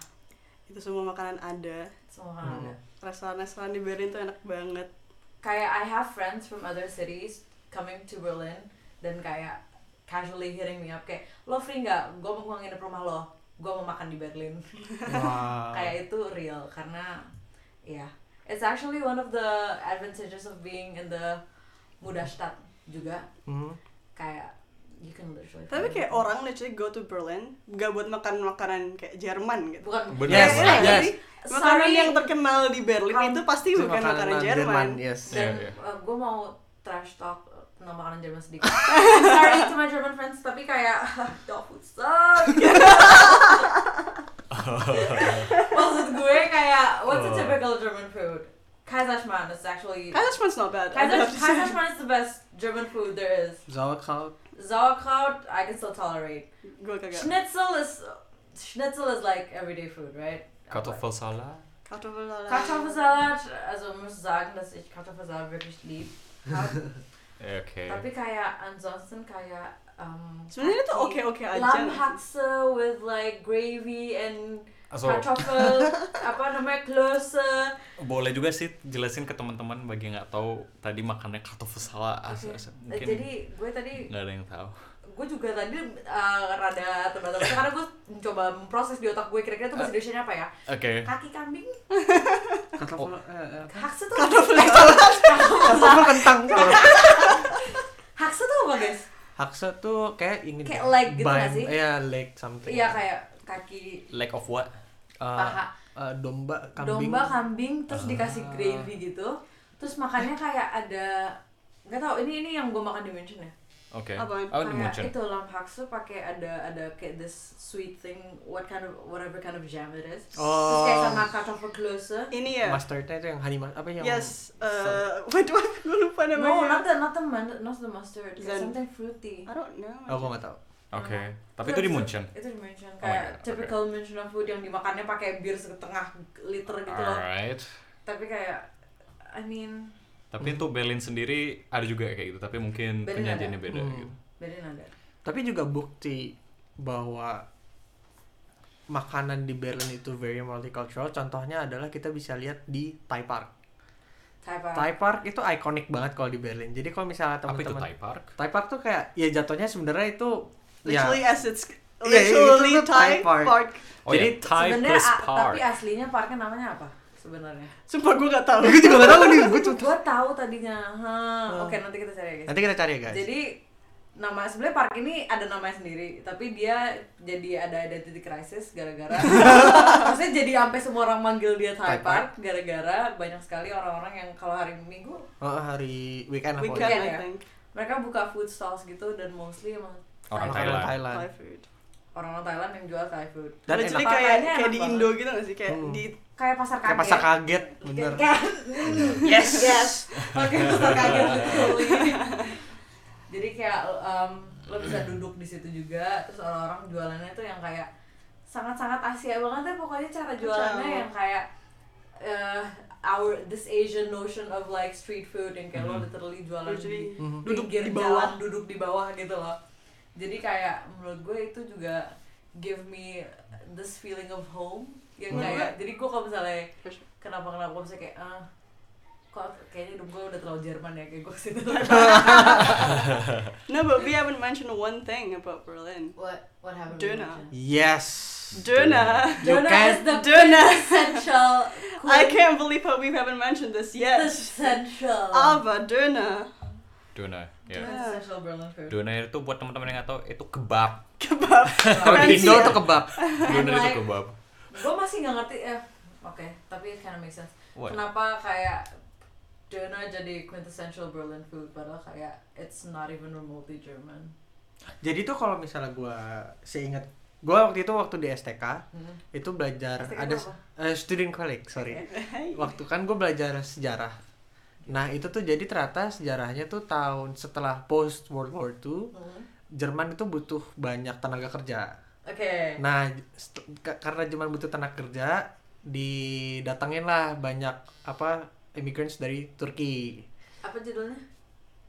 [SPEAKER 3] Itu semua makanan ada.
[SPEAKER 4] semua orang
[SPEAKER 2] Hmm.
[SPEAKER 4] ada.
[SPEAKER 3] Restoran-restoran di Berlin tuh enak banget.
[SPEAKER 4] Kayak I have friends from other cities coming to Berlin dan kayak casually hitting me up kayak lo free nggak? Gue mau nginep rumah lo. Gue mau makan di Berlin.
[SPEAKER 2] Wow.
[SPEAKER 4] kayak itu real karena ya It's actually one of the advantages of being in the muda Stadt juga.
[SPEAKER 2] Mhm.
[SPEAKER 4] Kayak you can literally.
[SPEAKER 3] Tapi
[SPEAKER 4] find-
[SPEAKER 3] kayak orang literally go to Berlin gak buat makan makanan kayak Jerman gitu.
[SPEAKER 4] bukan eh,
[SPEAKER 1] Bener.
[SPEAKER 2] Yes,
[SPEAKER 3] Iya, iya,
[SPEAKER 2] yes.
[SPEAKER 3] jadi Makanan
[SPEAKER 4] Sorry.
[SPEAKER 3] yang terkenal di Berlin
[SPEAKER 4] Um,
[SPEAKER 3] itu pasti
[SPEAKER 2] Itu
[SPEAKER 3] bukan makanan, Jerman.
[SPEAKER 2] yes.
[SPEAKER 4] dan
[SPEAKER 1] Iya, iya.
[SPEAKER 4] gue eh, mau trash talk uh, tentang makanan Jerman sedikit. I'm Sorry to my German friends, tapi kayak dog food suck. Maksud gue kayak what's
[SPEAKER 1] Oh.
[SPEAKER 4] a typical German food? Kaiserschmarrn is actually
[SPEAKER 3] Kaiserschmarrn's not bad. I
[SPEAKER 4] Kaiser,
[SPEAKER 3] have to say.
[SPEAKER 4] Kaiserschmarrn is the best German food there is.
[SPEAKER 2] Sauerkraut.
[SPEAKER 4] Sauerkraut I can still tolerate.
[SPEAKER 3] Gue kagak.
[SPEAKER 4] Schnitzel is Schnitzel is like everyday food, right? ya?
[SPEAKER 1] Kartoffel salah.
[SPEAKER 3] Kartoffelsalat.
[SPEAKER 4] Kartoffelsalat, also muss sagen, dass ich Kartoffelsalat wirklich lieb hab.
[SPEAKER 1] Eh, Oke.
[SPEAKER 4] Tapi kayak ansonsten kayak um,
[SPEAKER 3] Sebenarnya tuh
[SPEAKER 4] kaki-
[SPEAKER 3] oke-oke aja.
[SPEAKER 4] Lammhaxe with like gravy and
[SPEAKER 1] So,
[SPEAKER 4] kartoffel apa namanya klöße.
[SPEAKER 1] boleh juga sih jelasin ke teman-teman bagi yang nggak tahu tadi makannya kartoffel salah. as-
[SPEAKER 4] Oke.
[SPEAKER 1] as-
[SPEAKER 4] Eh,
[SPEAKER 1] Mungkin
[SPEAKER 4] Jadi gue tadi
[SPEAKER 1] nggak ada yang tahu.
[SPEAKER 4] gue juga tadi uh, rada terbata-bata karena gue mencoba memproses di otak gue kira-kira tuh bahasa Indonesia apa ya?
[SPEAKER 1] Oke.
[SPEAKER 4] Kaki kambing?
[SPEAKER 2] Kartoffel. eh, eh.
[SPEAKER 4] Hakse tuh kartoffel.
[SPEAKER 2] Kartoffel kentang.
[SPEAKER 4] Hakse tuh apa guys?
[SPEAKER 2] Haksa tuh kayak ini.
[SPEAKER 4] Kayak
[SPEAKER 2] deh.
[SPEAKER 4] leg gitu nggak
[SPEAKER 2] Bime.
[SPEAKER 4] sih?
[SPEAKER 2] Iya, leg something.
[SPEAKER 4] Iya kayak kaki
[SPEAKER 1] Lack of what?
[SPEAKER 2] Eh,
[SPEAKER 4] paha.
[SPEAKER 2] eh, domba, kambing.
[SPEAKER 4] domba kambing
[SPEAKER 2] Ah.
[SPEAKER 4] terus dikasih gravy gitu terus makannya kayak ada nggak tahu ini ini yang gue makan di München ya
[SPEAKER 1] Oke.
[SPEAKER 3] Apaan?
[SPEAKER 1] Oh, di
[SPEAKER 4] kayak
[SPEAKER 1] Munchen.
[SPEAKER 4] itu lamb haksu pakai ada ada kayak this sweet thing what kind of whatever kind of jam it is terus
[SPEAKER 2] Oh.
[SPEAKER 4] kayak sama kartoffel klöße
[SPEAKER 3] Ini ya.
[SPEAKER 2] Mustardnya itu yang honey mustard. Apa yang?
[SPEAKER 3] Yes.
[SPEAKER 2] Sel-
[SPEAKER 3] Uh, wait, what? Gue lupa Iya, namanya. ya.
[SPEAKER 4] no not the not the man, not the mustard kayak
[SPEAKER 3] Zen.
[SPEAKER 4] something fruity
[SPEAKER 3] I don't know.
[SPEAKER 2] Oh, gua nggak tahu.
[SPEAKER 1] Oke.
[SPEAKER 4] gitu.
[SPEAKER 1] Tapi itu di Munchen.
[SPEAKER 4] itu di München
[SPEAKER 1] Oh my
[SPEAKER 4] kayak
[SPEAKER 1] God,
[SPEAKER 4] typical München food yang dimakannya pakai bir setengah liter gitu loh
[SPEAKER 1] Alright.
[SPEAKER 4] tapi kayak I mean
[SPEAKER 2] Hmm.
[SPEAKER 1] Tapi untuk Berlin sendiri ada juga kayak gitu, tapi mungkin
[SPEAKER 4] Berlin
[SPEAKER 1] penyajiannya
[SPEAKER 4] ada.
[SPEAKER 1] beda
[SPEAKER 2] Hmm.
[SPEAKER 1] gitu.
[SPEAKER 4] bedain ada
[SPEAKER 2] Tapi juga bukti bahwa makanan di Berlin itu very multicultural. Contohnya adalah kita bisa lihat di Thai Park.
[SPEAKER 4] Thai bar.
[SPEAKER 2] Thai Park itu ikonik banget kalau di Berlin. Jadi kalau misalnya
[SPEAKER 1] Apa itu
[SPEAKER 2] teman-teman
[SPEAKER 1] Thai Park?
[SPEAKER 2] Thai Park tuh kayak ya jatuhnya sebenarnya itu ya
[SPEAKER 3] Literally as it's
[SPEAKER 2] Iya, iya, itu
[SPEAKER 3] literally
[SPEAKER 2] tuh
[SPEAKER 3] Thai
[SPEAKER 2] Thai Park.
[SPEAKER 3] Park.
[SPEAKER 1] Oh Jadi
[SPEAKER 2] Jadi
[SPEAKER 1] Thai
[SPEAKER 4] Sebenarnya,
[SPEAKER 1] plus
[SPEAKER 4] a-
[SPEAKER 1] Park.
[SPEAKER 4] tapi ah, aslinya parknya namanya apa sebenarnya?
[SPEAKER 3] Sumpah gue gak tahu.
[SPEAKER 2] gue juga gak tahu nih gue cuma
[SPEAKER 4] Gue tahu tadinya. Ha. Oke nanti kita cari ya guys.
[SPEAKER 2] nanti kita cari ya guys
[SPEAKER 4] Jadi nama sebenarnya park ini ada namanya sendiri, tapi dia jadi ada identity crisis gara-gara maksudnya jadi sampai semua orang manggil dia Thai
[SPEAKER 2] Thai
[SPEAKER 4] Park gara-gara banyak sekali orang-orang yang kalau hari Minggu
[SPEAKER 2] Oh, hari weekend apa
[SPEAKER 3] Weekend,
[SPEAKER 4] Weekend,
[SPEAKER 3] I
[SPEAKER 4] ya?
[SPEAKER 3] think.
[SPEAKER 4] mereka buka food stalls gitu dan mostly emang
[SPEAKER 1] Orang
[SPEAKER 4] Thai-
[SPEAKER 1] Thailand.
[SPEAKER 2] makanan Thailand
[SPEAKER 3] Thai food.
[SPEAKER 4] orang-orang Thailand yang jual Thai food.
[SPEAKER 2] dan
[SPEAKER 3] Dan
[SPEAKER 2] enak
[SPEAKER 3] Literally
[SPEAKER 4] enak.
[SPEAKER 3] kayak kayak
[SPEAKER 4] Makanya enak
[SPEAKER 3] di
[SPEAKER 4] banget.
[SPEAKER 3] Indo gitu gak sih? Kayak
[SPEAKER 2] Hmm.
[SPEAKER 3] di
[SPEAKER 4] Kayak pasar kaget.
[SPEAKER 2] kayak pasar kaget bener
[SPEAKER 4] Kan? Yes. Yes. Oke, pasar kaget betul. Jadi kayak em, lo bisa duduk di situ juga, terus orang-orang jualannya tuh yang kayak sangat-sangat Asia banget ya pokoknya cara jualannya
[SPEAKER 3] Kacau.
[SPEAKER 4] yang kayak eh, our this Asian notion of like street food yang kayak lo
[SPEAKER 1] Mhm.
[SPEAKER 4] literally jualan
[SPEAKER 3] Literally.
[SPEAKER 2] Mhm.
[SPEAKER 4] di duduk
[SPEAKER 3] Duduk
[SPEAKER 4] pinggir
[SPEAKER 3] di
[SPEAKER 4] jalan,
[SPEAKER 3] bawah.
[SPEAKER 4] duduk di bawah gitu loh. Jadi kayak menurut gue itu juga give me this feeling of home yang
[SPEAKER 3] Menurut
[SPEAKER 4] kayak jadi gue kalau misalnya
[SPEAKER 3] For sure.
[SPEAKER 4] kenapa kenapa gue bisa kayak ah kok kayaknya hidup gue udah terlalu Jerman ya kayak gue kesini
[SPEAKER 3] No, but we haven't mentioned one thing about Berlin.
[SPEAKER 4] what what happened
[SPEAKER 3] Döner.
[SPEAKER 2] yes
[SPEAKER 3] Döner.
[SPEAKER 2] You
[SPEAKER 4] Döner
[SPEAKER 2] can-
[SPEAKER 4] is the
[SPEAKER 3] Döner.
[SPEAKER 4] essential
[SPEAKER 3] I can't believe how we haven't mentioned this yet.
[SPEAKER 4] essential
[SPEAKER 3] Aber Döner.
[SPEAKER 1] Dona. Ya.
[SPEAKER 4] It's essential Berlin food
[SPEAKER 1] Dona itu buat teman-teman yang nggak tahu itu kebab.
[SPEAKER 3] Kebab.
[SPEAKER 2] kalau di Indo
[SPEAKER 3] Fancy.
[SPEAKER 2] tuh kebab
[SPEAKER 1] Dona itu
[SPEAKER 4] like-
[SPEAKER 1] kebab.
[SPEAKER 4] gue masih nggak ngerti eh oke tapi it kind of makes sense
[SPEAKER 1] What?
[SPEAKER 4] kenapa kayak Döner jadi quintessential Berlin food padahal kayak it's not even remotely German
[SPEAKER 2] jadi tuh kalau misalnya gue seingat gue waktu itu waktu di STK
[SPEAKER 4] Hmm.
[SPEAKER 2] itu belajar
[SPEAKER 4] STK
[SPEAKER 2] ada
[SPEAKER 4] itu apa?
[SPEAKER 2] eh, student colleague sorry waktu kan gue belajar sejarah nah itu tuh jadi ternyata sejarahnya tuh tahun setelah post World War II
[SPEAKER 4] Hmm.
[SPEAKER 2] Jerman itu butuh banyak tenaga kerja
[SPEAKER 4] oke
[SPEAKER 2] Nah, st- ka- karena Jerman butuh tenaga kerja, didatengin lah banyak apa immigrants dari Turki.
[SPEAKER 4] apa judulnya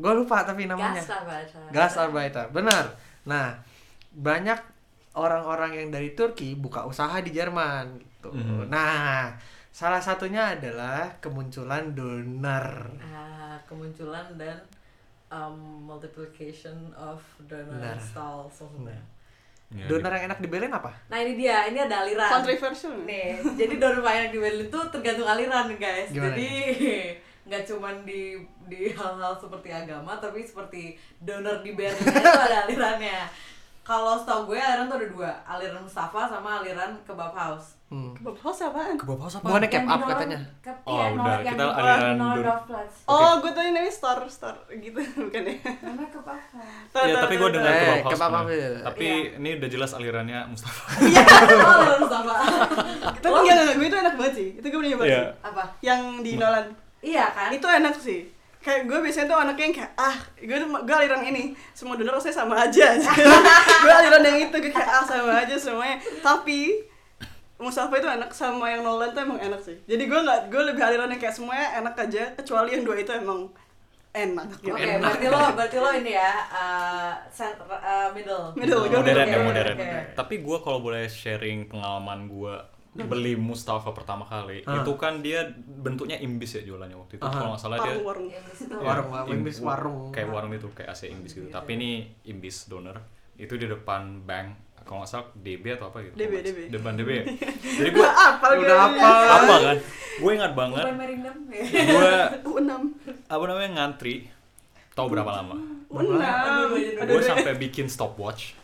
[SPEAKER 2] Gue lupa tapi namanya.
[SPEAKER 4] Gastarbeiter
[SPEAKER 2] Gastarbeiter. Benar. Nah, banyak orang-orang yang dari Turki buka usaha di Jerman gitu.
[SPEAKER 1] Mhm.
[SPEAKER 2] Nah, salah satunya adalah kemunculan donor.
[SPEAKER 4] Ah, kemunculan dan um, multiplication of donor
[SPEAKER 2] Benar.
[SPEAKER 4] stalls maksudnya.
[SPEAKER 1] Iya,
[SPEAKER 2] Donor Nah, yang enak Ya, di Berlin apa?
[SPEAKER 4] Nah ini dia, ini ada aliran.
[SPEAKER 3] Controversial nih.
[SPEAKER 4] Nih, jadi donor banyak di Berlin tuh tergantung aliran guys.
[SPEAKER 2] Gimana
[SPEAKER 4] jadi nggak cuman di di hal-hal seperti agama, tapi seperti donor di Berlin itu ada alirannya. Kalau setahu gue aliran tuh ada dua, aliran Mustafa sama aliran Kebab House.
[SPEAKER 2] Hmm.
[SPEAKER 3] Bob House apaan?
[SPEAKER 1] Kebab House apa?
[SPEAKER 2] Bukannya
[SPEAKER 4] Yang
[SPEAKER 2] cap up
[SPEAKER 4] di Nor-
[SPEAKER 2] katanya.
[SPEAKER 4] Cap,
[SPEAKER 1] Oh,
[SPEAKER 4] iya, Nor-
[SPEAKER 1] udah,
[SPEAKER 4] yang
[SPEAKER 1] kita
[SPEAKER 4] di Nor-
[SPEAKER 1] aliran
[SPEAKER 4] Nor-
[SPEAKER 1] donor.
[SPEAKER 4] Northlands.
[SPEAKER 3] Oh, gue tau ini store store gitu bukan ya?
[SPEAKER 4] Namanya Kebab House.
[SPEAKER 3] Tahu,
[SPEAKER 1] Iya,
[SPEAKER 3] tahu,
[SPEAKER 1] tapi
[SPEAKER 3] tahu,
[SPEAKER 1] gue
[SPEAKER 3] tahu.
[SPEAKER 1] dengar
[SPEAKER 2] Eh,
[SPEAKER 1] Kebab House.
[SPEAKER 2] Kebab
[SPEAKER 1] pernah.
[SPEAKER 2] House, iya.
[SPEAKER 1] Tapi ini udah jelas alirannya Mustafa.
[SPEAKER 4] Iya, oh, aliran Mustafa. Oh,
[SPEAKER 3] Tapi enggak, enggak, gue itu enak banget sih. Itu gue punya banget.
[SPEAKER 1] Iya.
[SPEAKER 3] sih.
[SPEAKER 4] Apa?
[SPEAKER 3] Yang di Nolan.
[SPEAKER 4] Iya kan?
[SPEAKER 3] Itu enak sih. Kayak gue biasanya tuh anaknya yang kayak ah, gue gue aliran ini. Semua donor rasanya sama aja. gue aliran yang itu gue kayak ah sama aja semuanya. Tapi Mustafa itu enak sama yang Nolan tuh emang enak sih. Jadi gue nggak gue lebih aliran yang kayak semuanya enak aja kecuali yang dua itu emang enak gitu.
[SPEAKER 4] Oke, berarti lo berarti lo ini ya uh, center, uh, middle.
[SPEAKER 3] Middle, gue
[SPEAKER 1] Modern
[SPEAKER 2] iya,
[SPEAKER 3] Oke,
[SPEAKER 1] ya modern.
[SPEAKER 4] oke.
[SPEAKER 1] Tapi gue kalau boleh sharing pengalaman gue beli Mustafa pertama kali
[SPEAKER 2] Ah.
[SPEAKER 1] itu kan dia bentuknya imbis ya jualannya waktu itu
[SPEAKER 2] Aha.
[SPEAKER 1] kalau nggak salah dia
[SPEAKER 3] Warung-warung.
[SPEAKER 4] Yang di situ.
[SPEAKER 1] Iya,
[SPEAKER 2] Warung, warung,
[SPEAKER 1] im-
[SPEAKER 2] imbis warung. Iya,
[SPEAKER 1] kayak warung itu kayak AC imbis gitu tapi ini imbis donor itu di depan bank kalau nggak salah DB atau apa gitu
[SPEAKER 3] DB.
[SPEAKER 1] depan DB ya? jadi gue
[SPEAKER 3] Gue apal
[SPEAKER 2] Udah apal.
[SPEAKER 1] apa kan gue ingat banget
[SPEAKER 4] Bukan Merindam ya.
[SPEAKER 1] gue
[SPEAKER 3] Unam.
[SPEAKER 1] apa namanya ngantri tahu berapa lama
[SPEAKER 3] Unam.
[SPEAKER 1] gue sampai bikin stopwatch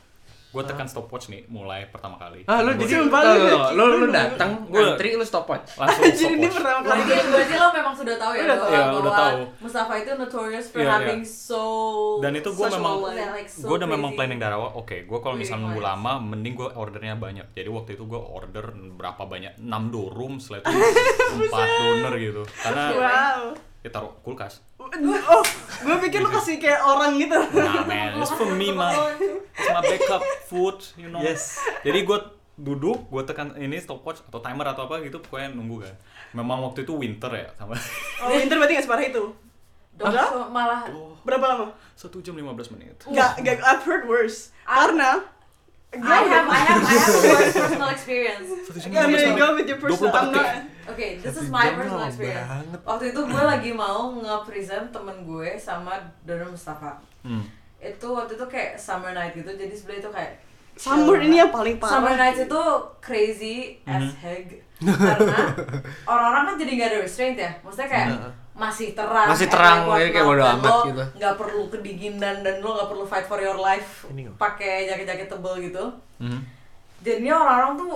[SPEAKER 1] gue tekan stopwatch nih mulai pertama kali
[SPEAKER 2] Ah, lu
[SPEAKER 1] Gua-
[SPEAKER 2] jadi
[SPEAKER 3] Sumpah,
[SPEAKER 2] tau, tau,
[SPEAKER 3] lu
[SPEAKER 2] tau.
[SPEAKER 3] kayak
[SPEAKER 2] lu lu
[SPEAKER 3] gitu.
[SPEAKER 2] datang,
[SPEAKER 1] Gua-
[SPEAKER 2] antri lu stopwatch.
[SPEAKER 1] langsung
[SPEAKER 3] Anjir ini
[SPEAKER 1] stopwatch
[SPEAKER 3] pertama
[SPEAKER 4] Berarti,
[SPEAKER 3] kali.
[SPEAKER 4] berarti lo memang sudah tahu ya
[SPEAKER 3] Udah
[SPEAKER 4] bahwa,
[SPEAKER 3] tahu.
[SPEAKER 1] Iya, udah
[SPEAKER 4] bahwa
[SPEAKER 1] tahu.
[SPEAKER 4] Mustafa itu notorious for
[SPEAKER 1] Iya, iya.
[SPEAKER 4] having so
[SPEAKER 1] dan itu gue
[SPEAKER 3] Social
[SPEAKER 1] memang
[SPEAKER 3] life.
[SPEAKER 4] like, so
[SPEAKER 1] gue udah memang
[SPEAKER 4] crazy.
[SPEAKER 1] planning dari awal oke gue kalau misal nunggu
[SPEAKER 4] Really
[SPEAKER 1] lama mending gue ordernya banyak jadi waktu itu gue order berapa banyak 6 dorum setelah itu 4 donor gitu karena
[SPEAKER 3] Wow.
[SPEAKER 1] ya taruh kulkas
[SPEAKER 3] Oh, gue pikir lu kasih kayak orang gitu.
[SPEAKER 1] nah man it's for me
[SPEAKER 4] Oh,
[SPEAKER 1] man it's my backup food you know
[SPEAKER 2] Yes.
[SPEAKER 1] jadi gue duduk gue tekan ini stopwatch atau timer atau apa gitu pokoknya nunggu kan memang waktu itu winter ya sama
[SPEAKER 3] Oh, Winter berarti gak separah itu.
[SPEAKER 4] Dok,
[SPEAKER 3] Hah?
[SPEAKER 4] so- malah
[SPEAKER 3] Berapa
[SPEAKER 4] Uh.
[SPEAKER 3] lama?
[SPEAKER 1] satu jam 15 menit
[SPEAKER 3] Gak, gak, I've heard worse. Karena
[SPEAKER 4] I have I have I have a worst personal experience.
[SPEAKER 1] satu jam
[SPEAKER 3] Yeah, there you go with your
[SPEAKER 1] 24
[SPEAKER 3] personal. I'm
[SPEAKER 1] detik.
[SPEAKER 3] not-
[SPEAKER 4] Oke, this
[SPEAKER 2] Satu
[SPEAKER 4] is my
[SPEAKER 2] jam
[SPEAKER 4] personal
[SPEAKER 2] lama
[SPEAKER 4] experience.
[SPEAKER 2] banget.
[SPEAKER 4] Waktu itu gue lagi mau nge-present temen gue sama Dono Mustafa.
[SPEAKER 1] Hmm.
[SPEAKER 4] Itu waktu itu kayak summer night gitu, jadi sebelah itu kayak
[SPEAKER 3] Summer ini yang paling parah.
[SPEAKER 4] Summer nights itu crazy
[SPEAKER 2] Mhm.
[SPEAKER 4] as heck karena orang-orang kan jadi nggak ada restraint ya, maksudnya kayak
[SPEAKER 2] Nah.
[SPEAKER 4] masih terang,
[SPEAKER 2] Masih terang,
[SPEAKER 4] kayak
[SPEAKER 2] jadi kayak bodo
[SPEAKER 4] whatnot,
[SPEAKER 2] amat
[SPEAKER 4] dan lo
[SPEAKER 2] gitu.
[SPEAKER 4] Nggak perlu kedinginan dan lo nggak perlu fight for your life
[SPEAKER 2] Ini kok.
[SPEAKER 4] pakai jaket-jaket tebel gitu.
[SPEAKER 1] Mhm.
[SPEAKER 4] Jadinya orang-orang tuh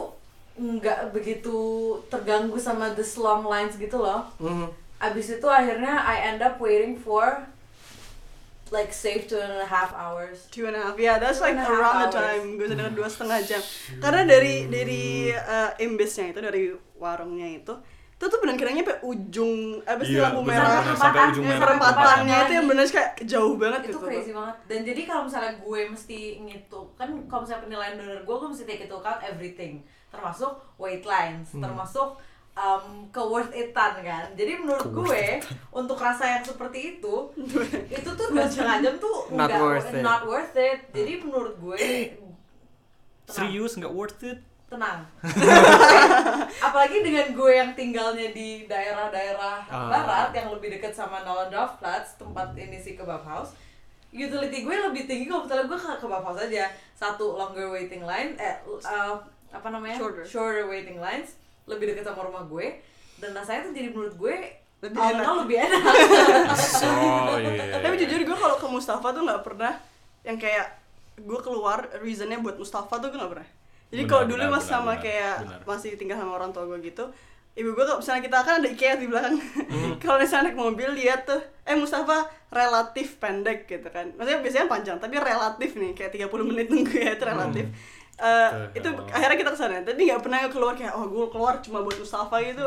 [SPEAKER 4] nggak begitu terganggu sama the long lines gitu loh.
[SPEAKER 2] Mhm.
[SPEAKER 4] Abis itu akhirnya I end up waiting for like safe two and a half hours.
[SPEAKER 3] Two and a half, yeah, that's
[SPEAKER 4] Two
[SPEAKER 3] like
[SPEAKER 4] and a half
[SPEAKER 3] around the
[SPEAKER 4] hours.
[SPEAKER 3] time. Gue sadar dua setengah jam. Karena dari dari uh, imbisnya itu, dari warungnya itu, itu tuh benar kiranya sampai ujung apa sih
[SPEAKER 1] Iya,
[SPEAKER 3] lampu
[SPEAKER 1] bener,
[SPEAKER 3] merah,
[SPEAKER 1] sampai
[SPEAKER 4] Perempatan,
[SPEAKER 1] ujung
[SPEAKER 4] eh,
[SPEAKER 1] merah.
[SPEAKER 3] perempatannya itu yang
[SPEAKER 4] lagi.
[SPEAKER 3] benar kayak jauh banget
[SPEAKER 4] itu
[SPEAKER 3] gitu.
[SPEAKER 4] crazy banget dan jadi kalau misalnya gue mesti ngitung kan kalau misalnya penilaian donor gue gue mesti take into account everything termasuk weight lines
[SPEAKER 2] Hmm.
[SPEAKER 4] termasuk um, ke worth it-an kan jadi menurut gue untuk rasa yang seperti itu itu tuh dua setengah jam tuh
[SPEAKER 2] Not
[SPEAKER 4] nggak-
[SPEAKER 2] worth it. Hmm.
[SPEAKER 4] not worth it jadi menurut gue tenang
[SPEAKER 1] serius nggak worth it
[SPEAKER 4] tenang apalagi dengan gue yang tinggalnya di daerah-daerah
[SPEAKER 2] Ah.
[SPEAKER 4] barat yang lebih dekat sama Nolandorf Platz tempat ini si kebab house utility gue lebih tinggi kalau misalnya gue ke kebab house aja satu longer waiting line eh uh, apa namanya
[SPEAKER 3] Shorter.
[SPEAKER 4] waiting lines lebih dekat sama rumah gue dan rasanya tuh jadi menurut gue
[SPEAKER 3] Lebih
[SPEAKER 4] awalnya
[SPEAKER 3] enak.
[SPEAKER 4] lebih enak
[SPEAKER 1] oh iya
[SPEAKER 3] Tapi jujur gue kalau ke Mustafa tuh nggak pernah yang kayak gue keluar reasonnya buat Mustafa tuh gue nggak pernah. Jadi
[SPEAKER 1] Benar,
[SPEAKER 3] kalau dulu
[SPEAKER 1] benar,
[SPEAKER 3] masih
[SPEAKER 1] benar,
[SPEAKER 3] sama
[SPEAKER 1] benar,
[SPEAKER 3] kayak
[SPEAKER 1] benar.
[SPEAKER 3] masih tinggal sama orang tua gue gitu, ibu gue kalau misalnya kita kan ada IKEA di belakang.
[SPEAKER 1] Hmm.
[SPEAKER 3] kalau misalnya naik mobil lihat tuh, eh Mustafa relatif pendek gitu kan. Maksudnya biasanya panjang tapi relatif nih kayak 30 menit nunggu ya itu relatif.
[SPEAKER 1] Hmm.
[SPEAKER 3] Eh,
[SPEAKER 1] Tuh,
[SPEAKER 3] itu
[SPEAKER 1] kalau-
[SPEAKER 3] akhirnya kita kesana tapi nggak pernah keluar kayak oh gue keluar cuma buat Mustafa gitu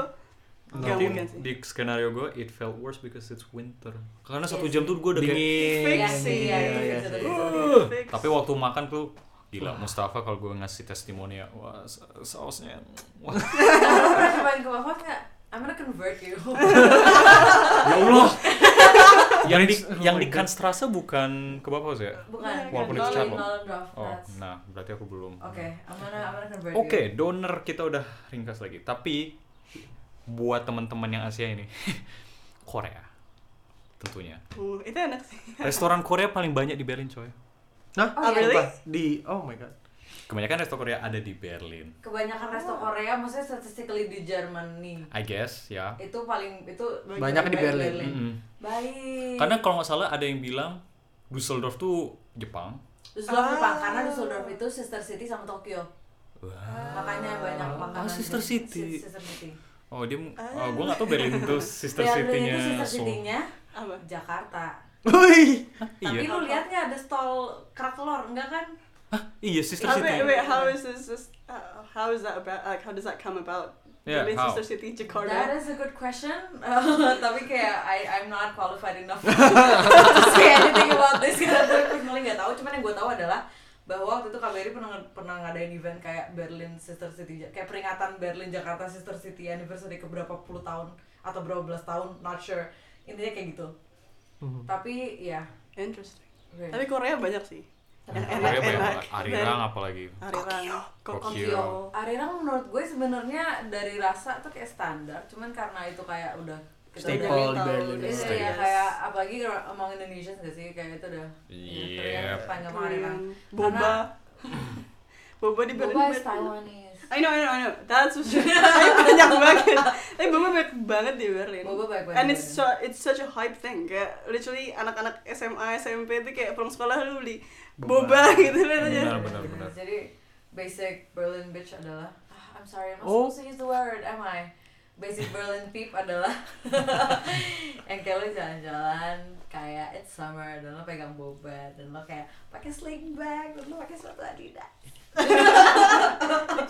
[SPEAKER 3] nggak
[SPEAKER 1] Mungkin
[SPEAKER 3] mungkin sih
[SPEAKER 1] di skenario gue it felt worse because it's winter. Karena satu
[SPEAKER 3] Iya.
[SPEAKER 1] jam tuh gue udah kayak-
[SPEAKER 2] Dingin.
[SPEAKER 4] Iya
[SPEAKER 3] Fix
[SPEAKER 4] sih
[SPEAKER 3] sih.
[SPEAKER 4] iya
[SPEAKER 2] Iya, iya,
[SPEAKER 4] itu
[SPEAKER 2] iya.
[SPEAKER 4] betul.
[SPEAKER 1] Uh,
[SPEAKER 3] Fix.
[SPEAKER 1] Tapi waktu makan tuh gila Mustafa kalau gue ngasih testimoni ya, wah sa- sausnya. Wah,
[SPEAKER 4] Kamu pernah cobain kebab house nggak I'm gonna convert you
[SPEAKER 1] ya Allah. yang di yang
[SPEAKER 3] oh
[SPEAKER 1] di Kanstrasa bukan kebab house ya?
[SPEAKER 4] bukan
[SPEAKER 1] Walaupun itu
[SPEAKER 4] Nolan-
[SPEAKER 1] cabang.
[SPEAKER 4] Nolandorf
[SPEAKER 1] Oh,
[SPEAKER 4] Platz.
[SPEAKER 1] nah berarti aku belum.
[SPEAKER 4] Oke, I'm gonna, I'm gonna convert
[SPEAKER 1] Oke,
[SPEAKER 4] you.
[SPEAKER 1] donor kita udah ringkas lagi. Tapi buat teman-teman yang Asia ini, Korea tentunya.
[SPEAKER 3] Uh, itu enak sih
[SPEAKER 1] Restoran Korea paling banyak di Berlin coy.
[SPEAKER 2] Nah,
[SPEAKER 4] Oh,
[SPEAKER 3] iya.
[SPEAKER 2] apa? Di oh my god.
[SPEAKER 1] Kebanyakan resto Korea ada di Berlin.
[SPEAKER 4] Kebanyakan resto Korea, maksudnya statistically di Germany
[SPEAKER 1] I guess ya.
[SPEAKER 4] itu paling itu
[SPEAKER 2] Banyak di Berlin.
[SPEAKER 1] Mm-mm.
[SPEAKER 4] Baik.
[SPEAKER 1] Karena kalau nggak salah ada yang bilang Düsseldorf tuh Jepang.
[SPEAKER 4] Düsseldorf
[SPEAKER 3] Ah.
[SPEAKER 4] Jepang, karena Düsseldorf itu sister city sama Tokyo. Makanya banyak
[SPEAKER 1] Ah,
[SPEAKER 4] makanan.
[SPEAKER 1] sister
[SPEAKER 4] di-
[SPEAKER 1] city.
[SPEAKER 4] Sister city.
[SPEAKER 1] Oh dia, oh, gue nggak tahu Iya, Berlin tuh sister
[SPEAKER 4] Berlin itu
[SPEAKER 1] city-nya.
[SPEAKER 4] sister
[SPEAKER 1] Seoul.
[SPEAKER 4] city-nya
[SPEAKER 3] Apa?
[SPEAKER 4] Jakarta.
[SPEAKER 2] Wih.
[SPEAKER 4] Tapi
[SPEAKER 1] Iya.
[SPEAKER 4] lu lihat nggak ada stall krakelor, enggak kan?
[SPEAKER 1] Hah, iya sister
[SPEAKER 3] Oh,
[SPEAKER 1] city.
[SPEAKER 3] wait, wait, how is this, this uh, how is that about, like, how does that come about?
[SPEAKER 1] Yeah,
[SPEAKER 3] Berlin
[SPEAKER 1] how?
[SPEAKER 3] Sister City,
[SPEAKER 4] That
[SPEAKER 3] Jakarta.
[SPEAKER 4] is a good question. tapi kayak I I'm not qualified enough to say anything about this karena gue personally nggak tahu. Cuman yang gue tahu adalah bahwa waktu itu KBRI pernah pernah ngadain event kayak Berlin Sister City kayak peringatan Berlin Jakarta Sister City anniversary ke berapa puluh tahun atau berapa belas tahun not sure intinya kayak gitu tapi ya
[SPEAKER 3] Interesting.
[SPEAKER 4] oke.
[SPEAKER 3] Tapi Korea banyak sih. Yang
[SPEAKER 1] Korea banyak
[SPEAKER 3] enak-enak.
[SPEAKER 1] banget. Arirang apalagi.
[SPEAKER 3] Arirang,
[SPEAKER 1] Kokyo.
[SPEAKER 3] Kokyo.
[SPEAKER 4] Arirang menurut gue sebenarnya dari rasa tuh kayak standar cuman karena itu kayak udah kita
[SPEAKER 2] Staple
[SPEAKER 4] udah-
[SPEAKER 2] di Berlin.
[SPEAKER 4] Iya,
[SPEAKER 1] Stay.
[SPEAKER 4] iya, kayak apalagi kalau among Indonesians gak sih kayak itu udah
[SPEAKER 1] Iya.
[SPEAKER 4] panjang banget kan.
[SPEAKER 3] Korean. Boba. Boba di Berlin.
[SPEAKER 4] Boba is
[SPEAKER 3] banyak.
[SPEAKER 4] Taiwanese.
[SPEAKER 3] I know, I know, I know. That's what she- Tapi banyak banget. Tapi boba banyak banget di Berlin.
[SPEAKER 4] Boba banyak banget
[SPEAKER 3] And
[SPEAKER 4] di
[SPEAKER 3] it's so, it's such a hype thing. Kayak literally anak-anak SMA, SMP itu kayak pulang sekolah lu beli boba, gitu kan
[SPEAKER 1] Benar,
[SPEAKER 3] aja.
[SPEAKER 1] benar, benar.
[SPEAKER 4] Jadi basic Berlin bitch adalah ah, I'm sorry, I'm not
[SPEAKER 2] Oh.
[SPEAKER 4] supposed to use the word, am I? Basic Berlin peep adalah yang kayak lo jalan-jalan kayak it's summer dan lo pegang boba dan lo kayak pakai sling bag dan lo pakai sepatu Adidas.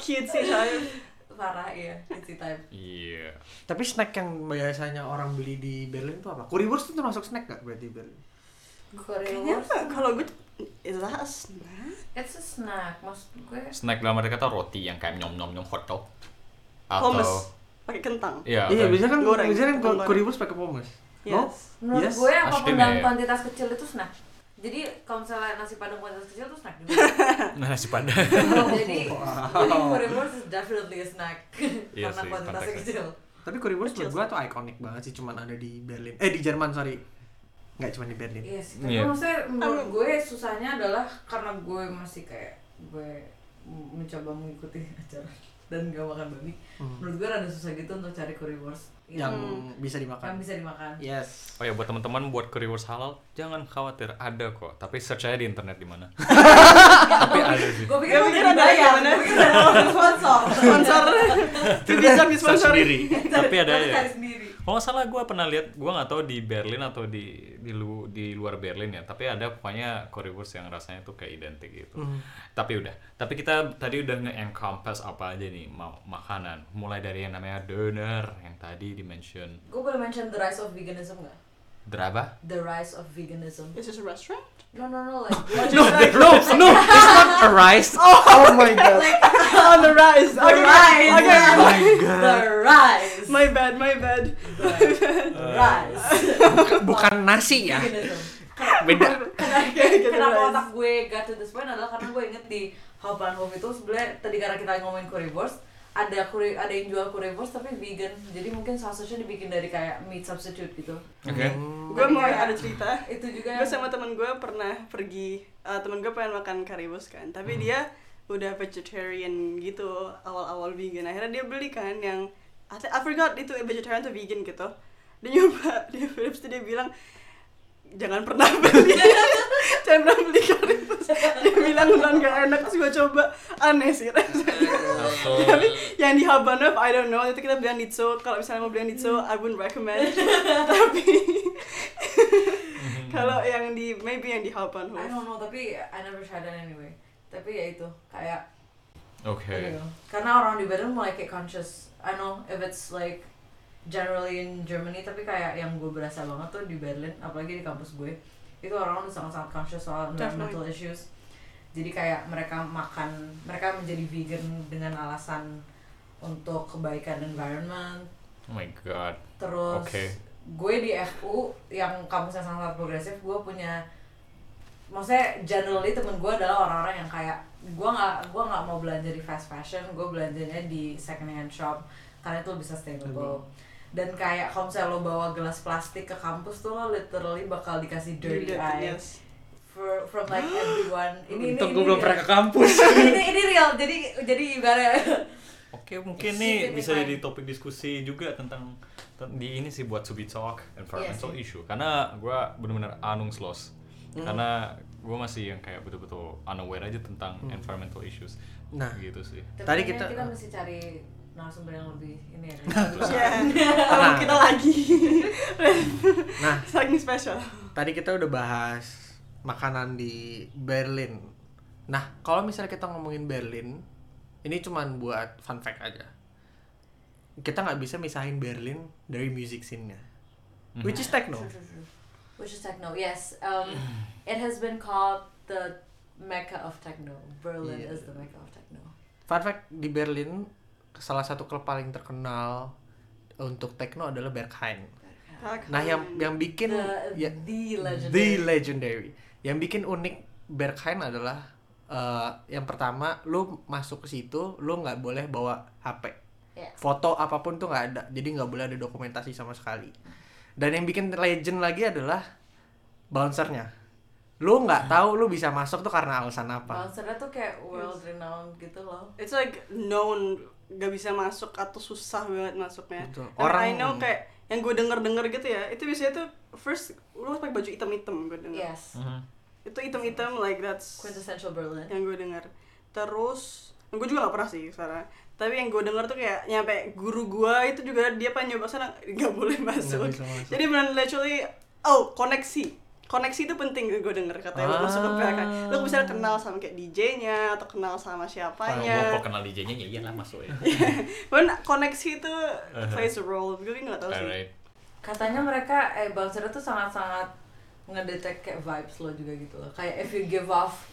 [SPEAKER 3] Cutesy hype.
[SPEAKER 4] Parah iya, it's time.
[SPEAKER 1] Iya.
[SPEAKER 2] Tapi snack yang biasanya orang beli di Berlin tuh apa? Currywurst itu termasuk snack gak berarti Berlin?
[SPEAKER 3] Kayaknya
[SPEAKER 4] Korea.
[SPEAKER 3] kalau gue is that a snack?
[SPEAKER 4] It's a snack, maksud gue
[SPEAKER 1] Snack dalam arti kata roti yang kayak nyom nyom nyom hotdog. Atau
[SPEAKER 3] Hummus pakai kentang.
[SPEAKER 1] Iya.
[SPEAKER 2] iya,
[SPEAKER 1] atau-
[SPEAKER 2] biasanya kan
[SPEAKER 3] Goreng.
[SPEAKER 2] biasanya kan
[SPEAKER 3] Goreng.
[SPEAKER 2] currywurst pakai pommes. No?
[SPEAKER 3] Yes.
[SPEAKER 4] Menurut
[SPEAKER 2] Yes,
[SPEAKER 4] gue apapun
[SPEAKER 1] pasti,
[SPEAKER 4] dalam
[SPEAKER 1] Mei.
[SPEAKER 4] kuantitas kecil itu snack. Jadi kalau misalnya nasi padang kuantitas kecil itu snack juga.
[SPEAKER 1] Nah, nasi padang.
[SPEAKER 4] jadi jadi currywurst is definitely a snack
[SPEAKER 1] Iya
[SPEAKER 4] karena
[SPEAKER 1] sih,
[SPEAKER 4] kuantitasnya
[SPEAKER 1] konteksnya.
[SPEAKER 4] kecil.
[SPEAKER 2] Tapi currywurst menurut gua tuh ikonik banget sih cuman ada di Berlin. Eh di Jerman, sorry. Enggak cuma di Berlin.
[SPEAKER 4] Iya sih.
[SPEAKER 1] Iya.
[SPEAKER 4] Tapi maksudnya menurut gue susahnya adalah karena gue masih kayak gue m- mencoba mengikuti acara dan gak makan babi.
[SPEAKER 2] Hmm.
[SPEAKER 4] Menurut gue rada susah gitu untuk cari currywurst
[SPEAKER 2] Yang
[SPEAKER 4] yang,
[SPEAKER 2] bisa dimakan.
[SPEAKER 4] yang bisa dimakan.
[SPEAKER 2] Yes.
[SPEAKER 1] Oh ya buat teman-teman buat currywurst halal jangan khawatir ada kok. Tapi search aja di internet di mana. Tapi ada sih.
[SPEAKER 4] Gue pikir
[SPEAKER 3] Gue
[SPEAKER 4] lo
[SPEAKER 3] pikir
[SPEAKER 4] udah
[SPEAKER 3] ada yang
[SPEAKER 4] dibayar,
[SPEAKER 3] mana.
[SPEAKER 4] gue pikir ada orang sponsor.
[SPEAKER 3] Sponsor. Itu bisa di
[SPEAKER 1] Search
[SPEAKER 3] sponsor.
[SPEAKER 1] sendiri. Tapi ada
[SPEAKER 4] Lo
[SPEAKER 1] ya.
[SPEAKER 4] cari sendiri.
[SPEAKER 1] Kalau nggak salah gue pernah lihat, gue nggak tahu di Berlin atau di di, lu- di luar Berlin ya. Tapi ada pokoknya currywurst yang rasanya tuh kayak identik gitu. Tapi udah. Tapi kita tadi udah nge-encompass apa aja nih mau makanan. Mulai dari yang namanya doner yang tadi di mention.
[SPEAKER 4] Gue boleh mention the rise of veganism gak?
[SPEAKER 1] Draba?
[SPEAKER 4] The rise of veganism.
[SPEAKER 3] Is this a restaurant?
[SPEAKER 4] No no no like what
[SPEAKER 1] No, no, no, it's not a rice.
[SPEAKER 2] Oh my god.
[SPEAKER 3] On the rise.
[SPEAKER 4] the rise.
[SPEAKER 1] Oh my
[SPEAKER 4] The rise.
[SPEAKER 3] My bad, my bad.
[SPEAKER 4] The rise.
[SPEAKER 2] Bukan nasi ya.
[SPEAKER 4] Veganism.
[SPEAKER 2] Beda.
[SPEAKER 3] Kan Okay,
[SPEAKER 4] Kenapa otak gue got to this point adalah karena gue inget di Hauptbahnhof Home itu sebenernya tadi karena kita ngomongin currywurst ada kuri, ada yang jual currywurst tapi vegan jadi mungkin sausage dibikin dari kayak meat substitute gitu
[SPEAKER 1] Oke.
[SPEAKER 3] Gue mau ada cerita.
[SPEAKER 4] itu juga
[SPEAKER 3] Gue sama temen gue pernah pergi. eh, temen gue pengen makan currywurst kan, tapi dia udah vegetarian gitu awal-awal vegan. Akhirnya dia beli kan yang I, th- I forgot itu vegetarian atau vegan gitu. Dia nyoba, dia terus dia bilang jangan pernah beli jangan pernah beli currywurst dia bilang udah nggak enak terus gue coba aneh sih rasanya
[SPEAKER 1] Atau
[SPEAKER 3] tapi yang di Habanoff, I don't know itu kita beli Nitso kalau misalnya mau beli Nitso I wouldn't recommend tapi
[SPEAKER 1] Mhm.
[SPEAKER 3] kalau yang di maybe yang di
[SPEAKER 4] I
[SPEAKER 3] Habanoff
[SPEAKER 4] don't know tapi I never tried it anyway tapi ya itu kayak
[SPEAKER 1] Oke.
[SPEAKER 4] You know, Iya. Karena orang di Berlin mulai kayak conscious. I know if it's like generally in Germany, tapi kayak yang gue berasa banget tuh di Berlin, apalagi di kampus gue, itu orang udah sangat-sangat conscious soal environmental issues. Jadi kayak mereka makan, mereka menjadi vegan dengan alasan untuk kebaikan environment.
[SPEAKER 1] Oh my god.
[SPEAKER 4] Terus
[SPEAKER 1] Oke.
[SPEAKER 4] gue di FU yang kampusnya sangat progresif, gue punya maksudnya generally temen gue adalah orang-orang yang kayak gue nggak gue nggak mau belanja di fast fashion, gue belanjanya di second hand shop karena itu bisa sustainable. Dan
[SPEAKER 3] Iya,
[SPEAKER 4] kayak kalau misalnya lo bawa gelas plastik ke kampus tuh lo literally bakal dikasih dirty
[SPEAKER 3] Dirty,
[SPEAKER 4] eye
[SPEAKER 3] yes.
[SPEAKER 4] for, from like everyone. Ini ini,
[SPEAKER 2] Untung
[SPEAKER 4] ini
[SPEAKER 2] gue belum
[SPEAKER 4] real.
[SPEAKER 2] pernah ke kampus.
[SPEAKER 4] ini ini real. Jadi jadi ibarat
[SPEAKER 1] Oke, mungkin
[SPEAKER 4] Yes,
[SPEAKER 1] nih
[SPEAKER 4] yes,
[SPEAKER 1] bisa
[SPEAKER 4] yes,
[SPEAKER 1] jadi topik diskusi juga tentang ten- di ini sih buat to be talk environmental
[SPEAKER 4] Iya
[SPEAKER 1] issue karena gue benar-benar anungslos karena gue masih yang kayak betul-betul unaware aja tentang environmental issues
[SPEAKER 2] Nah.
[SPEAKER 1] gitu sih
[SPEAKER 4] Tapi
[SPEAKER 2] Tadi
[SPEAKER 4] kayaknya
[SPEAKER 2] kita-
[SPEAKER 4] kita mesti cari narasumber yang lebih ini ya.
[SPEAKER 3] Ya, tamu kita lagi.
[SPEAKER 2] Nah,
[SPEAKER 3] Saking spesial.
[SPEAKER 2] tadi kita udah bahas makanan di Berlin. Nah, kalau misalnya kita ngomongin Berlin, ini cuman buat fun fact aja. Kita nggak bisa misahin Berlin dari music scene-nya. Which is techno.
[SPEAKER 4] True, true, true. Which is techno. Yes. Um, it has been called the Mecca of techno. Berlin
[SPEAKER 2] Yeah.
[SPEAKER 4] is the Mecca of techno.
[SPEAKER 2] Fun fact di Berlin salah satu klub paling terkenal untuk techno adalah Berghain. Nah, yang yang bikin
[SPEAKER 4] The-
[SPEAKER 2] ya,
[SPEAKER 4] the legendary.
[SPEAKER 2] the legendary. Yang bikin unik Berghain adalah eh, yang pertama lu masuk ke situ lu nggak boleh bawa HP.
[SPEAKER 4] Yeah.
[SPEAKER 2] Foto apapun tuh nggak ada. Jadi nggak boleh ada dokumentasi sama sekali. Dan yang bikin legend lagi adalah bouncernya. Lu
[SPEAKER 4] Iya.
[SPEAKER 2] nggak tahu lu bisa masuk tuh karena alasan apa.
[SPEAKER 4] Bouncernya tuh kayak world renowned gitu loh.
[SPEAKER 3] It's like known gak bisa masuk atau susah banget masuknya.
[SPEAKER 2] Betul.
[SPEAKER 3] Dan
[SPEAKER 2] Orang-
[SPEAKER 3] I know kayak yang gue denger denger gitu ya, itu biasanya tuh first lu harus pakai baju hitam hitam gue denger.
[SPEAKER 2] Mm.
[SPEAKER 4] Yes.
[SPEAKER 3] Itu hitam hitam like that's
[SPEAKER 4] Quintessential Berlin.
[SPEAKER 3] yang gue denger. Terus gue juga gak pernah sih sekarang. Tapi yang gue denger tuh kayak nyampe guru gue itu juga dia pengen nyoba sana nggak boleh masuk.
[SPEAKER 2] bisa masuk.
[SPEAKER 3] Jadi benar literally oh koneksi koneksi itu penting gue denger katanya lu masuk ke PHK lu bisa kenal sama kayak DJ-nya atau kenal sama
[SPEAKER 1] gue
[SPEAKER 3] siapanya
[SPEAKER 1] kok kenal DJ-nya ya iyalah masuk ya
[SPEAKER 3] Cuman koneksi itu plays a role, gue nggak tahu sih.
[SPEAKER 1] alright
[SPEAKER 4] Katanya mereka eh bouncernya tuh sangat-sangat ngedetect kayak vibes lo juga gitu loh. Kayak if you give off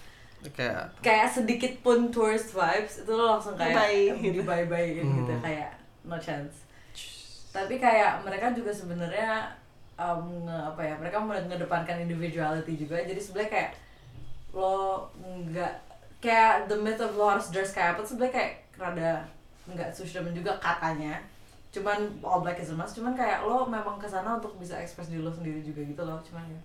[SPEAKER 2] Kayak
[SPEAKER 4] kayak sedikit pun tourist vibes itu lo langsung kayak
[SPEAKER 3] Bye.
[SPEAKER 4] di bye bye gitu kayak no chance tapi kayak mereka juga sebenarnya um, nge- apa ya mereka men- mengedepankan individuality juga jadi sebenarnya kayak lo nggak kayak the myth of lo harus dress kayak apa tuh sebenarnya kayak rada nggak sushimen juga katanya cuman all black is a must cuman kayak lo memang kesana untuk bisa express diri lo sendiri juga gitu loh cuman ya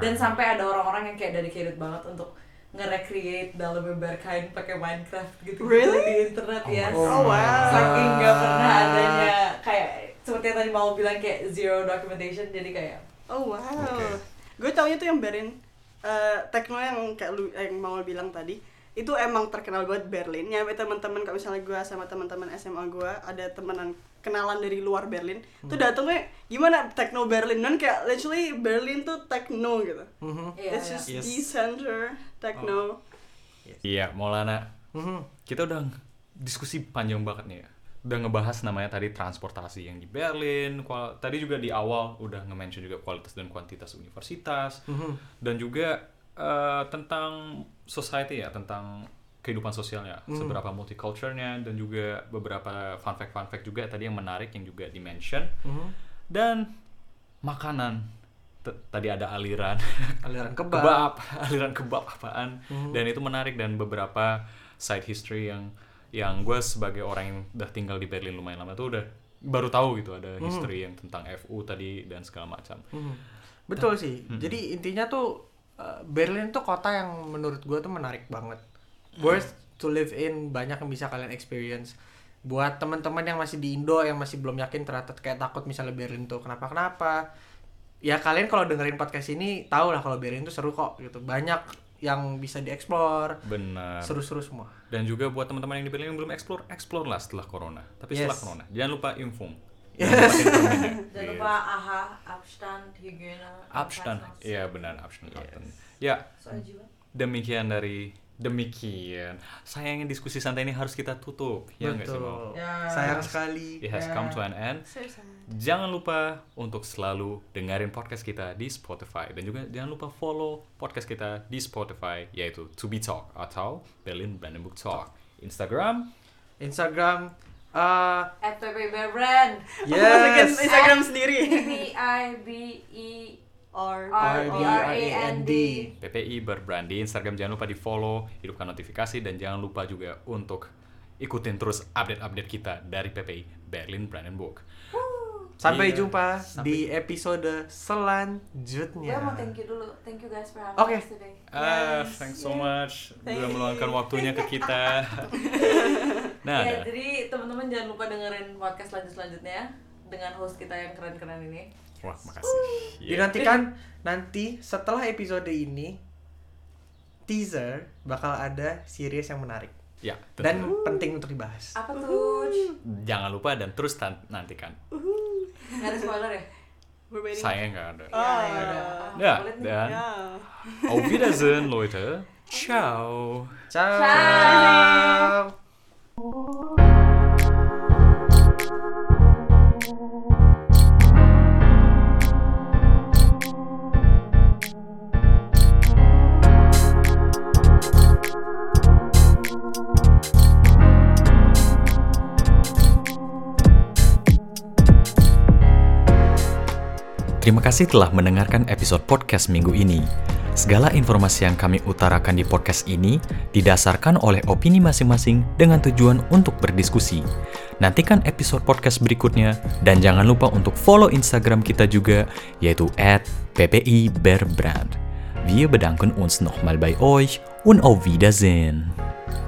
[SPEAKER 4] dan sampai ada orang-orang yang kayak dedicated banget untuk nge-recreate dalam berkain pakai Minecraft gitu,
[SPEAKER 3] Really?
[SPEAKER 4] di internet ya.
[SPEAKER 3] Oh wow.
[SPEAKER 4] Saking nggak pernah adanya kayak seperti yang tadi mau bilang kayak zero documentation jadi kayak
[SPEAKER 3] Oh wow.
[SPEAKER 1] Oke.
[SPEAKER 3] Gue taunya tuh yang Berlin eh techno yang kayak lu yang mau bilang tadi itu emang terkenal buat Berlin. Nyampe teman-teman kalau misalnya gue sama teman-teman SMA gue ada temenan kenalan dari luar Berlin tuh datangnya gimana techno Berlin dan kayak literally Berlin tuh techno gitu.
[SPEAKER 2] mhm,
[SPEAKER 4] iya
[SPEAKER 3] It's just
[SPEAKER 4] iya.
[SPEAKER 1] Yes.
[SPEAKER 3] the center techno.
[SPEAKER 1] iya Maulana
[SPEAKER 2] mhm.
[SPEAKER 1] kita udah ng- diskusi panjang banget nih ya udah ngebahas namanya tadi transportasi yang di Berlin kual- tadi juga di awal udah nge-mention juga kualitas dan kuantitas universitas
[SPEAKER 2] mm-hmm,
[SPEAKER 1] dan juga eh, tentang society ya tentang kehidupan sosialnya seberapa multiculturalnya dan juga beberapa fun fact fun fact juga tadi yang menarik yang juga di mention
[SPEAKER 2] mm-hmm."
[SPEAKER 1] dan makanan T- tadi ada aliran
[SPEAKER 2] aliran kebab.
[SPEAKER 1] kebab, aliran kebab apaan dan itu menarik dan beberapa side history yang yang gue sebagai orang yang udah tinggal di Berlin lumayan lama tuh udah baru tahu gitu ada history yang tentang FU tadi dan segala macam
[SPEAKER 2] Mhm. Betul sih.
[SPEAKER 1] Hmm.
[SPEAKER 2] Jadi intinya tuh uh, Berlin tuh kota yang menurut gua tuh menarik banget. Worth to live in, banyak yang bisa kalian experience. Buat teman-teman yang masih di Indo yang masih belum yakin ternyata kayak takut misalnya Berlin tuh kenapa-kenapa. Ya kalian kalau dengerin podcast ini tau lah kalau Berlin tuh seru kok gitu. Banyak yang bisa dieksplor,
[SPEAKER 1] benar
[SPEAKER 2] seru-seru semua.
[SPEAKER 1] dan juga buat teman-teman yang di Berlin yang belum explore explore lah setelah corona tapi setelah
[SPEAKER 2] Yes.
[SPEAKER 1] corona jangan lupa info
[SPEAKER 2] Yes.
[SPEAKER 4] Jangan lupa aha Abstand Hygiene
[SPEAKER 1] Abstand iya benar Abstand ya
[SPEAKER 4] soal jiwa
[SPEAKER 1] demikian dari demikian sayangnya diskusi santai ini harus kita tutup ya nggak sih Mau?
[SPEAKER 2] Betul. Ya.
[SPEAKER 4] Ya.
[SPEAKER 2] Sayang sekali.
[SPEAKER 1] It has come to an end. Jangan lupa untuk selalu dengerin podcast kita di Spotify dan juga jangan lupa follow podcast kita di Spotify yaitu To Be Talk atau Berlin Brandenburg Talk. Instagram
[SPEAKER 2] Instagram uh,
[SPEAKER 4] at PBB Brand
[SPEAKER 3] Masukin
[SPEAKER 2] Oh. yes.
[SPEAKER 3] Instagram sendiri.
[SPEAKER 4] B I B E
[SPEAKER 3] Or
[SPEAKER 4] R E R A N D
[SPEAKER 1] PPI Berbrand di Instagram jangan lupa di follow, hidupkan notifikasi dan jangan lupa juga untuk ikutin terus update-update kita dari PPI Berlin Brandenburg.
[SPEAKER 2] Sampai
[SPEAKER 1] Iya.
[SPEAKER 2] jumpa
[SPEAKER 1] Sampai-
[SPEAKER 2] di episode
[SPEAKER 5] Gue
[SPEAKER 2] selanjutnya.
[SPEAKER 5] mau thank you dulu. Thank you guys for having
[SPEAKER 2] Oke.
[SPEAKER 5] us today.
[SPEAKER 1] Ah,
[SPEAKER 3] Yes.
[SPEAKER 1] thanks so much.
[SPEAKER 3] Thank
[SPEAKER 1] Udah
[SPEAKER 3] you.
[SPEAKER 1] meluangkan waktunya ke kita. nah,
[SPEAKER 4] ya,
[SPEAKER 1] ada.
[SPEAKER 4] jadi teman-teman jangan lupa dengerin podcast selanjut selanjutnya dengan host kita yang keren-keren ini.
[SPEAKER 1] Wah, makasih. Iya.
[SPEAKER 2] Dinantikan nanti setelah episode ini teaser bakal ada series yang menarik
[SPEAKER 1] Ya, tentu.
[SPEAKER 2] dan penting untuk dibahas.
[SPEAKER 4] Apa tuh? Ci?
[SPEAKER 1] jangan lupa dan terus tan- nantikan.
[SPEAKER 4] Nggak ada spoiler ya?
[SPEAKER 3] Uhuh. We're waiting.
[SPEAKER 1] Saya nggak ada.
[SPEAKER 3] Oh,
[SPEAKER 4] Ya, ya udah. Ah,
[SPEAKER 1] Ya,
[SPEAKER 4] boleh nih.
[SPEAKER 1] dan
[SPEAKER 3] Yeah.
[SPEAKER 1] auf Wiedersehen, Leute. Ciao.
[SPEAKER 2] Ciao.
[SPEAKER 4] Ciao.
[SPEAKER 1] Terima kasih telah mendengarkan episode podcast minggu ini. Segala informasi yang kami utarakan di podcast ini didasarkan oleh opini masing-masing dengan tujuan untuk berdiskusi. Nantikan episode podcast berikutnya dan jangan lupa untuk follow Instagram kita juga yaitu @ppi_berbrand. Wir bedanken uns nochmal bei euch und auf Wiedersehen.